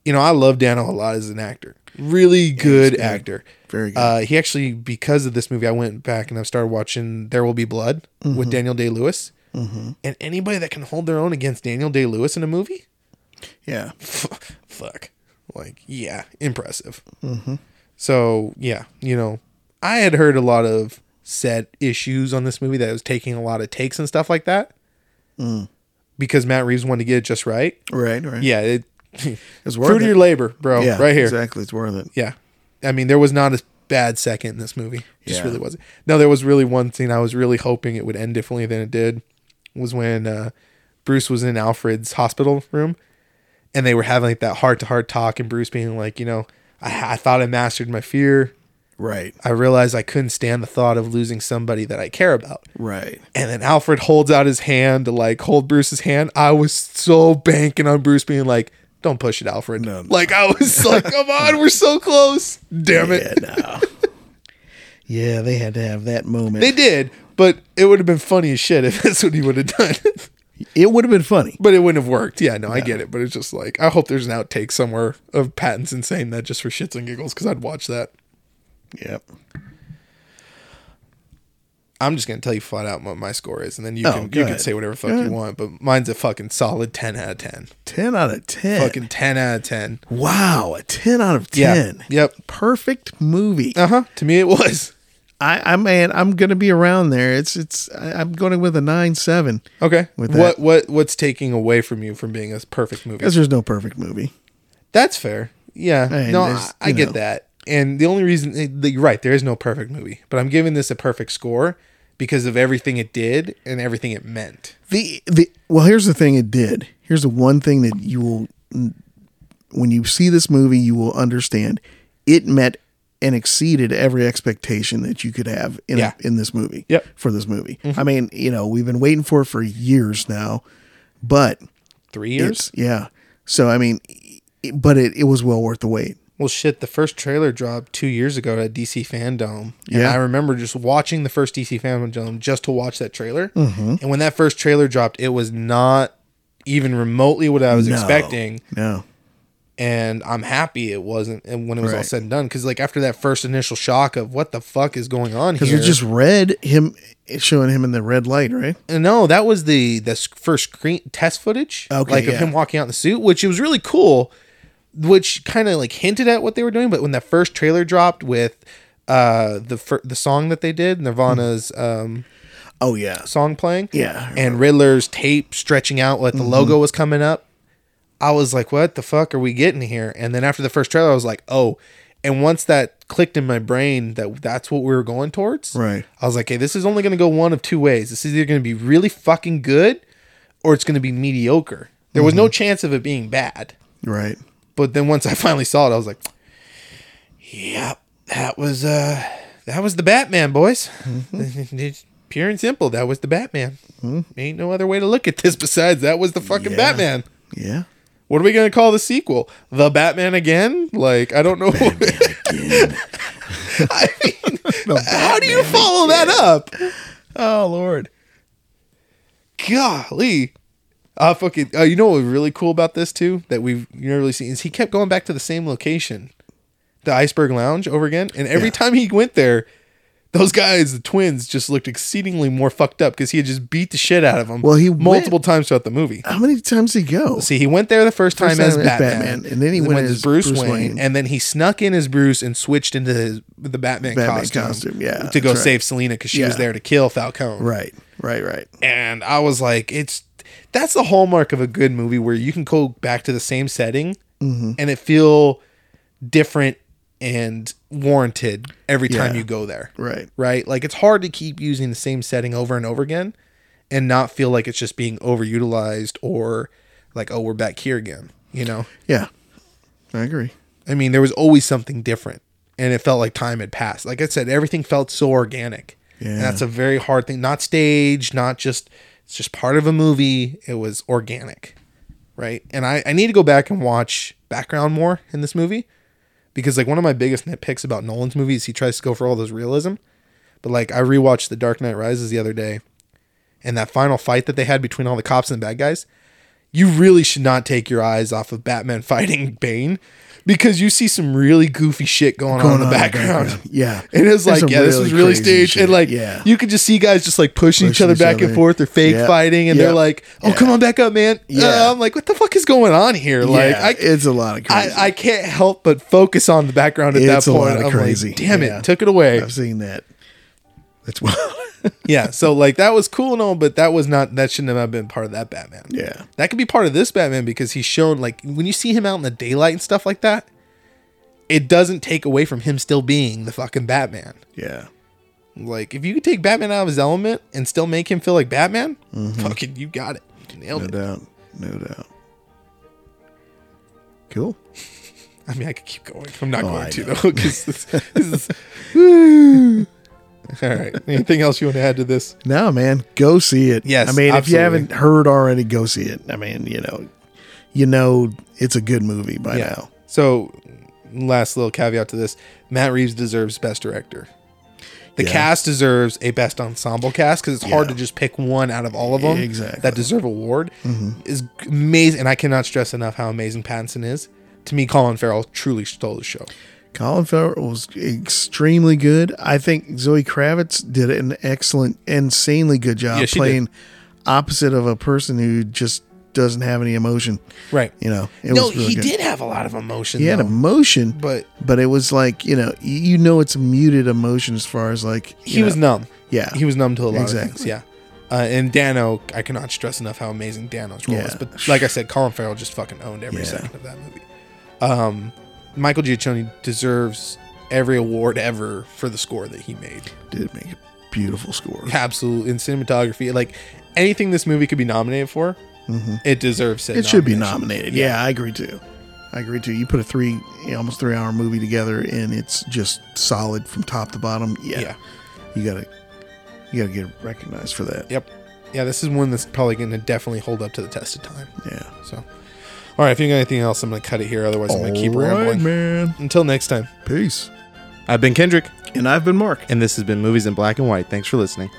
A: you know, I love Dano a lot as an actor. Really good, actor.
B: Very good.
A: Uh, he actually, because of this movie, I went back and I started watching There Will Be Blood
B: Mm-hmm.
A: with Daniel Day Lewis. And anybody that can hold their own against Daniel Day Lewis in a movie,
B: Yeah.
A: f- fuck. Like, yeah, impressive.
B: Mm-hmm.
A: So, yeah, you know, I had heard a lot of set issues on this movie that it was taking a lot of takes and stuff like that.
B: Mm.
A: Because Matt Reeves wanted to get it just right.
B: Right. Right.
A: Yeah, it,
B: It's worth
A: fruit of
B: it.
A: your labor, bro.
B: yeah.
A: right here.
B: Exactly. It's worth it.
A: Yeah, I mean, there was not a bad second in this movie. Just
B: Yeah.
A: really wasn't. No, there was really one scene I was really hoping it would end differently than it did. Was when uh, Bruce was in Alfred's hospital room, and they were having like that heart to heart talk, and Bruce being like, you know, I, I thought I mastered my fear.
B: Right.
A: I realized I couldn't stand the thought of losing somebody that I care about.
B: Right.
A: And then Alfred holds out his hand to like hold Bruce's hand. I was so banking on Bruce being like, "Don't push it, Alfred."
B: No, no.
A: Like I was like, "Come on, we're so close." Damn it.
B: Yeah. No. yeah. They had to have that moment.
A: They did, but it would have been funny as shit if that's what he would have done.
B: it would have been funny.
A: but it wouldn't have worked. Yeah, no, I get it. But it's just like I hope there's an outtake somewhere of Pattinson saying that just for shits and giggles because I'd watch that.
B: Yep.
A: I'm just gonna tell you flat out what my score is, and then you
B: Oh,
A: can
B: go
A: you can
B: ahead.
A: say whatever fuck
B: Go
A: you
B: ahead.
A: want. But mine's a fucking solid ten out of ten.
B: Ten out of ten.
A: Fucking ten out of ten.
B: Wow, a 10 out of
A: Yeah.
B: 10.
A: Yep.
B: Perfect movie.
A: Uh huh. To me, it was
B: I, I man, I'm gonna be around there. It's it's I, I'm going with a nine seven.
A: okay.
B: With
A: what
B: that.
A: what what's taking away from you from being a perfect movie?
B: Because there's no perfect movie.
A: That's fair. Yeah.
B: Hey,
A: no, I,
B: there's-
A: I
B: you
A: get
B: know.
A: that. And the only reason eh, the- you're right, there is no perfect movie, but I'm giving this a perfect score because of everything it did and everything it meant.
B: The the well, here's the thing it did. Here's the one thing that you will when you see this movie, you will understand. It met and exceeded every expectation that you could have in
A: Yeah. Mm-hmm.
B: in this movie.
C: Yep.
B: For this movie, I mean, you know, we've been waiting for it for years now, but
A: Three years?
B: it's yeah. So I mean, it- but it, it was well worth the wait.
A: Well, shit, the first trailer dropped two years ago at DC Fandom. And
B: Yeah.
A: I remember just watching the first DC Fandom just to watch that trailer.
B: Mm-hmm.
A: And when that first trailer dropped, it was not even remotely what I was
B: No.
A: expecting.
B: No.
A: And I'm happy it wasn't and when it was all
B: Right.
A: said and done. Because, like, after that first initial shock of what the fuck is going on
B: Because
A: here.
B: it just red him showing him in the red light, right?
A: No, that was the the s- first screen test footage,
B: Okay,
A: like of
B: yeah.
A: him walking out in the suit, which it was really cool, which kind of like hinted at what they were doing. But when the first trailer dropped with uh the fir- the song that they did, Nirvana's um
B: Oh yeah,
A: song playing,
B: yeah.
A: and Riddler's tape stretching out, like the logo was coming up, I was like, what the fuck are we getting here? And then after the first trailer, I was like, oh. And once that clicked in my brain that that's what we were going towards,
B: Right.
A: I was like, hey, this is only going to go one of two ways. This is either going to be really fucking good or it's going to be mediocre. There was no chance of it being bad.
B: Right.
A: But then once I finally saw it, I was like, yep, that was uh that was the Batman, boys. It's Pure and simple, that was the Batman. Ain't no other way to look at this besides that was the fucking
B: Yeah.
A: Batman.
B: Yeah.
A: What are we going to call the sequel? The Batman again? Like, I don't know. I mean, how do you follow that up?
B: Oh Lord.
A: golly. Uh, fucking, uh, you know what was really cool about this too that we've never really seen is he kept going back to the same location, the Iceberg Lounge over again, and every time he went there, those guys, the twins, just looked exceedingly more fucked up because he had just beat the shit out of them.
B: Well, he
A: multiple times throughout the movie.
B: How many times did he go?
A: See, he went there the first time,
B: First
A: as,
B: time as
A: Batman,
B: Batman, and then he went as Bruce Wayne.
A: and then he snuck in as Bruce and switched into his, the Batman,
B: Batman
A: costume,
B: costume, yeah,
A: to go
B: that's right.
A: save Selina because she was
B: Yeah.
A: there to kill Falcone,
B: Right. Right. Right.
A: and I was like, it's that's the hallmark of a good movie where you can go back to the same setting
B: Mm-hmm.
A: and it feel different and warranted every time
B: Yeah.
A: you go there.
B: Right.
A: Right? Like it's hard to keep using the same setting over and over again and not feel like it's just being overutilized or like oh we're back here again, you know?
B: Yeah. I agree.
A: I mean, there was always something different, and it felt like time had passed. Like I said, everything felt so organic.
B: Yeah.
A: And that's a very hard thing. Not staged, not just. It's just part of a movie. It was organic, right? And I I need to go back and watch background more in this movie, because like one of my biggest nitpicks about Nolan's movies, he tries to go for all those realism, but like I rewatched The Dark Knight Rises the other day, and that final fight that they had between all the cops and the bad guys, you really should not take your eyes off of Batman fighting Bane because you see some really goofy shit going, on in the
B: Going on in the
A: background.
B: background. Yeah.
A: And it's
B: There's
A: like,
B: some
A: yeah, this
B: really
A: was really
B: crazy
A: staged.
B: shit.
A: And like,
B: Yeah.
A: you could just see guys just like pushing, each
B: Pushing
A: other
B: each
A: back and
B: other.
A: forth or fake
B: Yeah.
A: fighting. And they're
B: Yeah.
A: like, oh,
B: Yeah.
A: come on back up, man.
B: Yeah.
A: Uh, I'm like, what the fuck is going on here? Like,
B: yeah,
A: I,
B: it's a lot of crazy.
A: I, I can't help but focus on the background at
B: It's
A: that
B: a
A: point.
B: lot of
A: I'm
B: crazy.
A: like, damn
B: Yeah.
A: it, took it away.
B: I've seen that. That's wild.
A: yeah, so like that was cool and all, but that was not that shouldn't have been part of that Batman.
B: Yeah.
A: that could be part of this Batman because he's shown like when you see him out in the daylight and stuff like that, it doesn't take away from him still being the fucking Batman.
B: yeah.
A: Like if you could take Batman out of his element and still make him feel like Batman,
B: Mm-hmm.
A: fucking you got it, You nailed
B: No
A: it.
B: doubt. No doubt. Cool.
A: I mean, I could keep going. I'm not
B: Oh,
A: going
B: I
A: to
B: know.
A: though. Because this, this is, all right. Anything else you want to add to this?
B: No, man, go see it.
A: Yes,
B: I mean, if
A: absolutely.
B: you haven't heard already, go see it. I mean, you know, you know, it's a good movie by now.
A: So, last little caveat to this: Matt Reeves deserves Best Director. The
B: Yeah.
A: cast deserves a Best Ensemble cast because it's hard
B: Yeah.
A: to just pick one out of all of them
B: Exactly. Mm-hmm.
A: that deserve award. Is amazing, and I cannot stress enough how amazing Pattinson is. To me, Colin Farrell truly stole the show.
B: Colin Farrell was extremely good. I think Zoe Kravitz did an excellent, insanely good job
A: Yeah, she did.
B: playing opposite of a person who just doesn't have any emotion.
A: Right?
B: You know, it
A: No,
B: really
A: he
B: good.
A: did have a lot of emotion.
B: He had
A: though,
B: emotion,
A: but
B: but it was like you know, y- you know, it's muted emotion as far as like you
A: he was
B: know-
A: numb.
B: yeah,
A: He was numb to a lot
B: Exactly.
A: of things. Yeah. Uh, and Dano, I cannot stress enough how amazing Dano's role
B: Yeah.
A: is. But like I said, Colin Farrell just fucking owned every
B: Yeah.
A: second of that movie. Um, Michael Giacchone deserves every award ever for the score that he made.
B: did make a beautiful score.
A: Absolutely, in cinematography, like anything this movie could be nominated for, it deserves. said
B: Mm-hmm. It should be
A: nomination.
B: nominated. Yeah, I agree too. I agree too. You put a three, almost three hour movie together, and it's just solid from top to bottom. Yeah,
A: Yeah.
B: you gotta, you gotta get recognized for that.
A: Yep. Yeah, this is one that's probably going to definitely hold up to the test of time.
B: Yeah.
A: So, all right, if you got anything else, I'm going to cut it here. Otherwise, I'm going to keep
B: All right,
A: rambling.
B: man.
A: Until next time.
B: Peace.
D: I've been Kendrick,
B: And I've been Mark.
D: and this has been Movies in Black and White. Thanks for listening.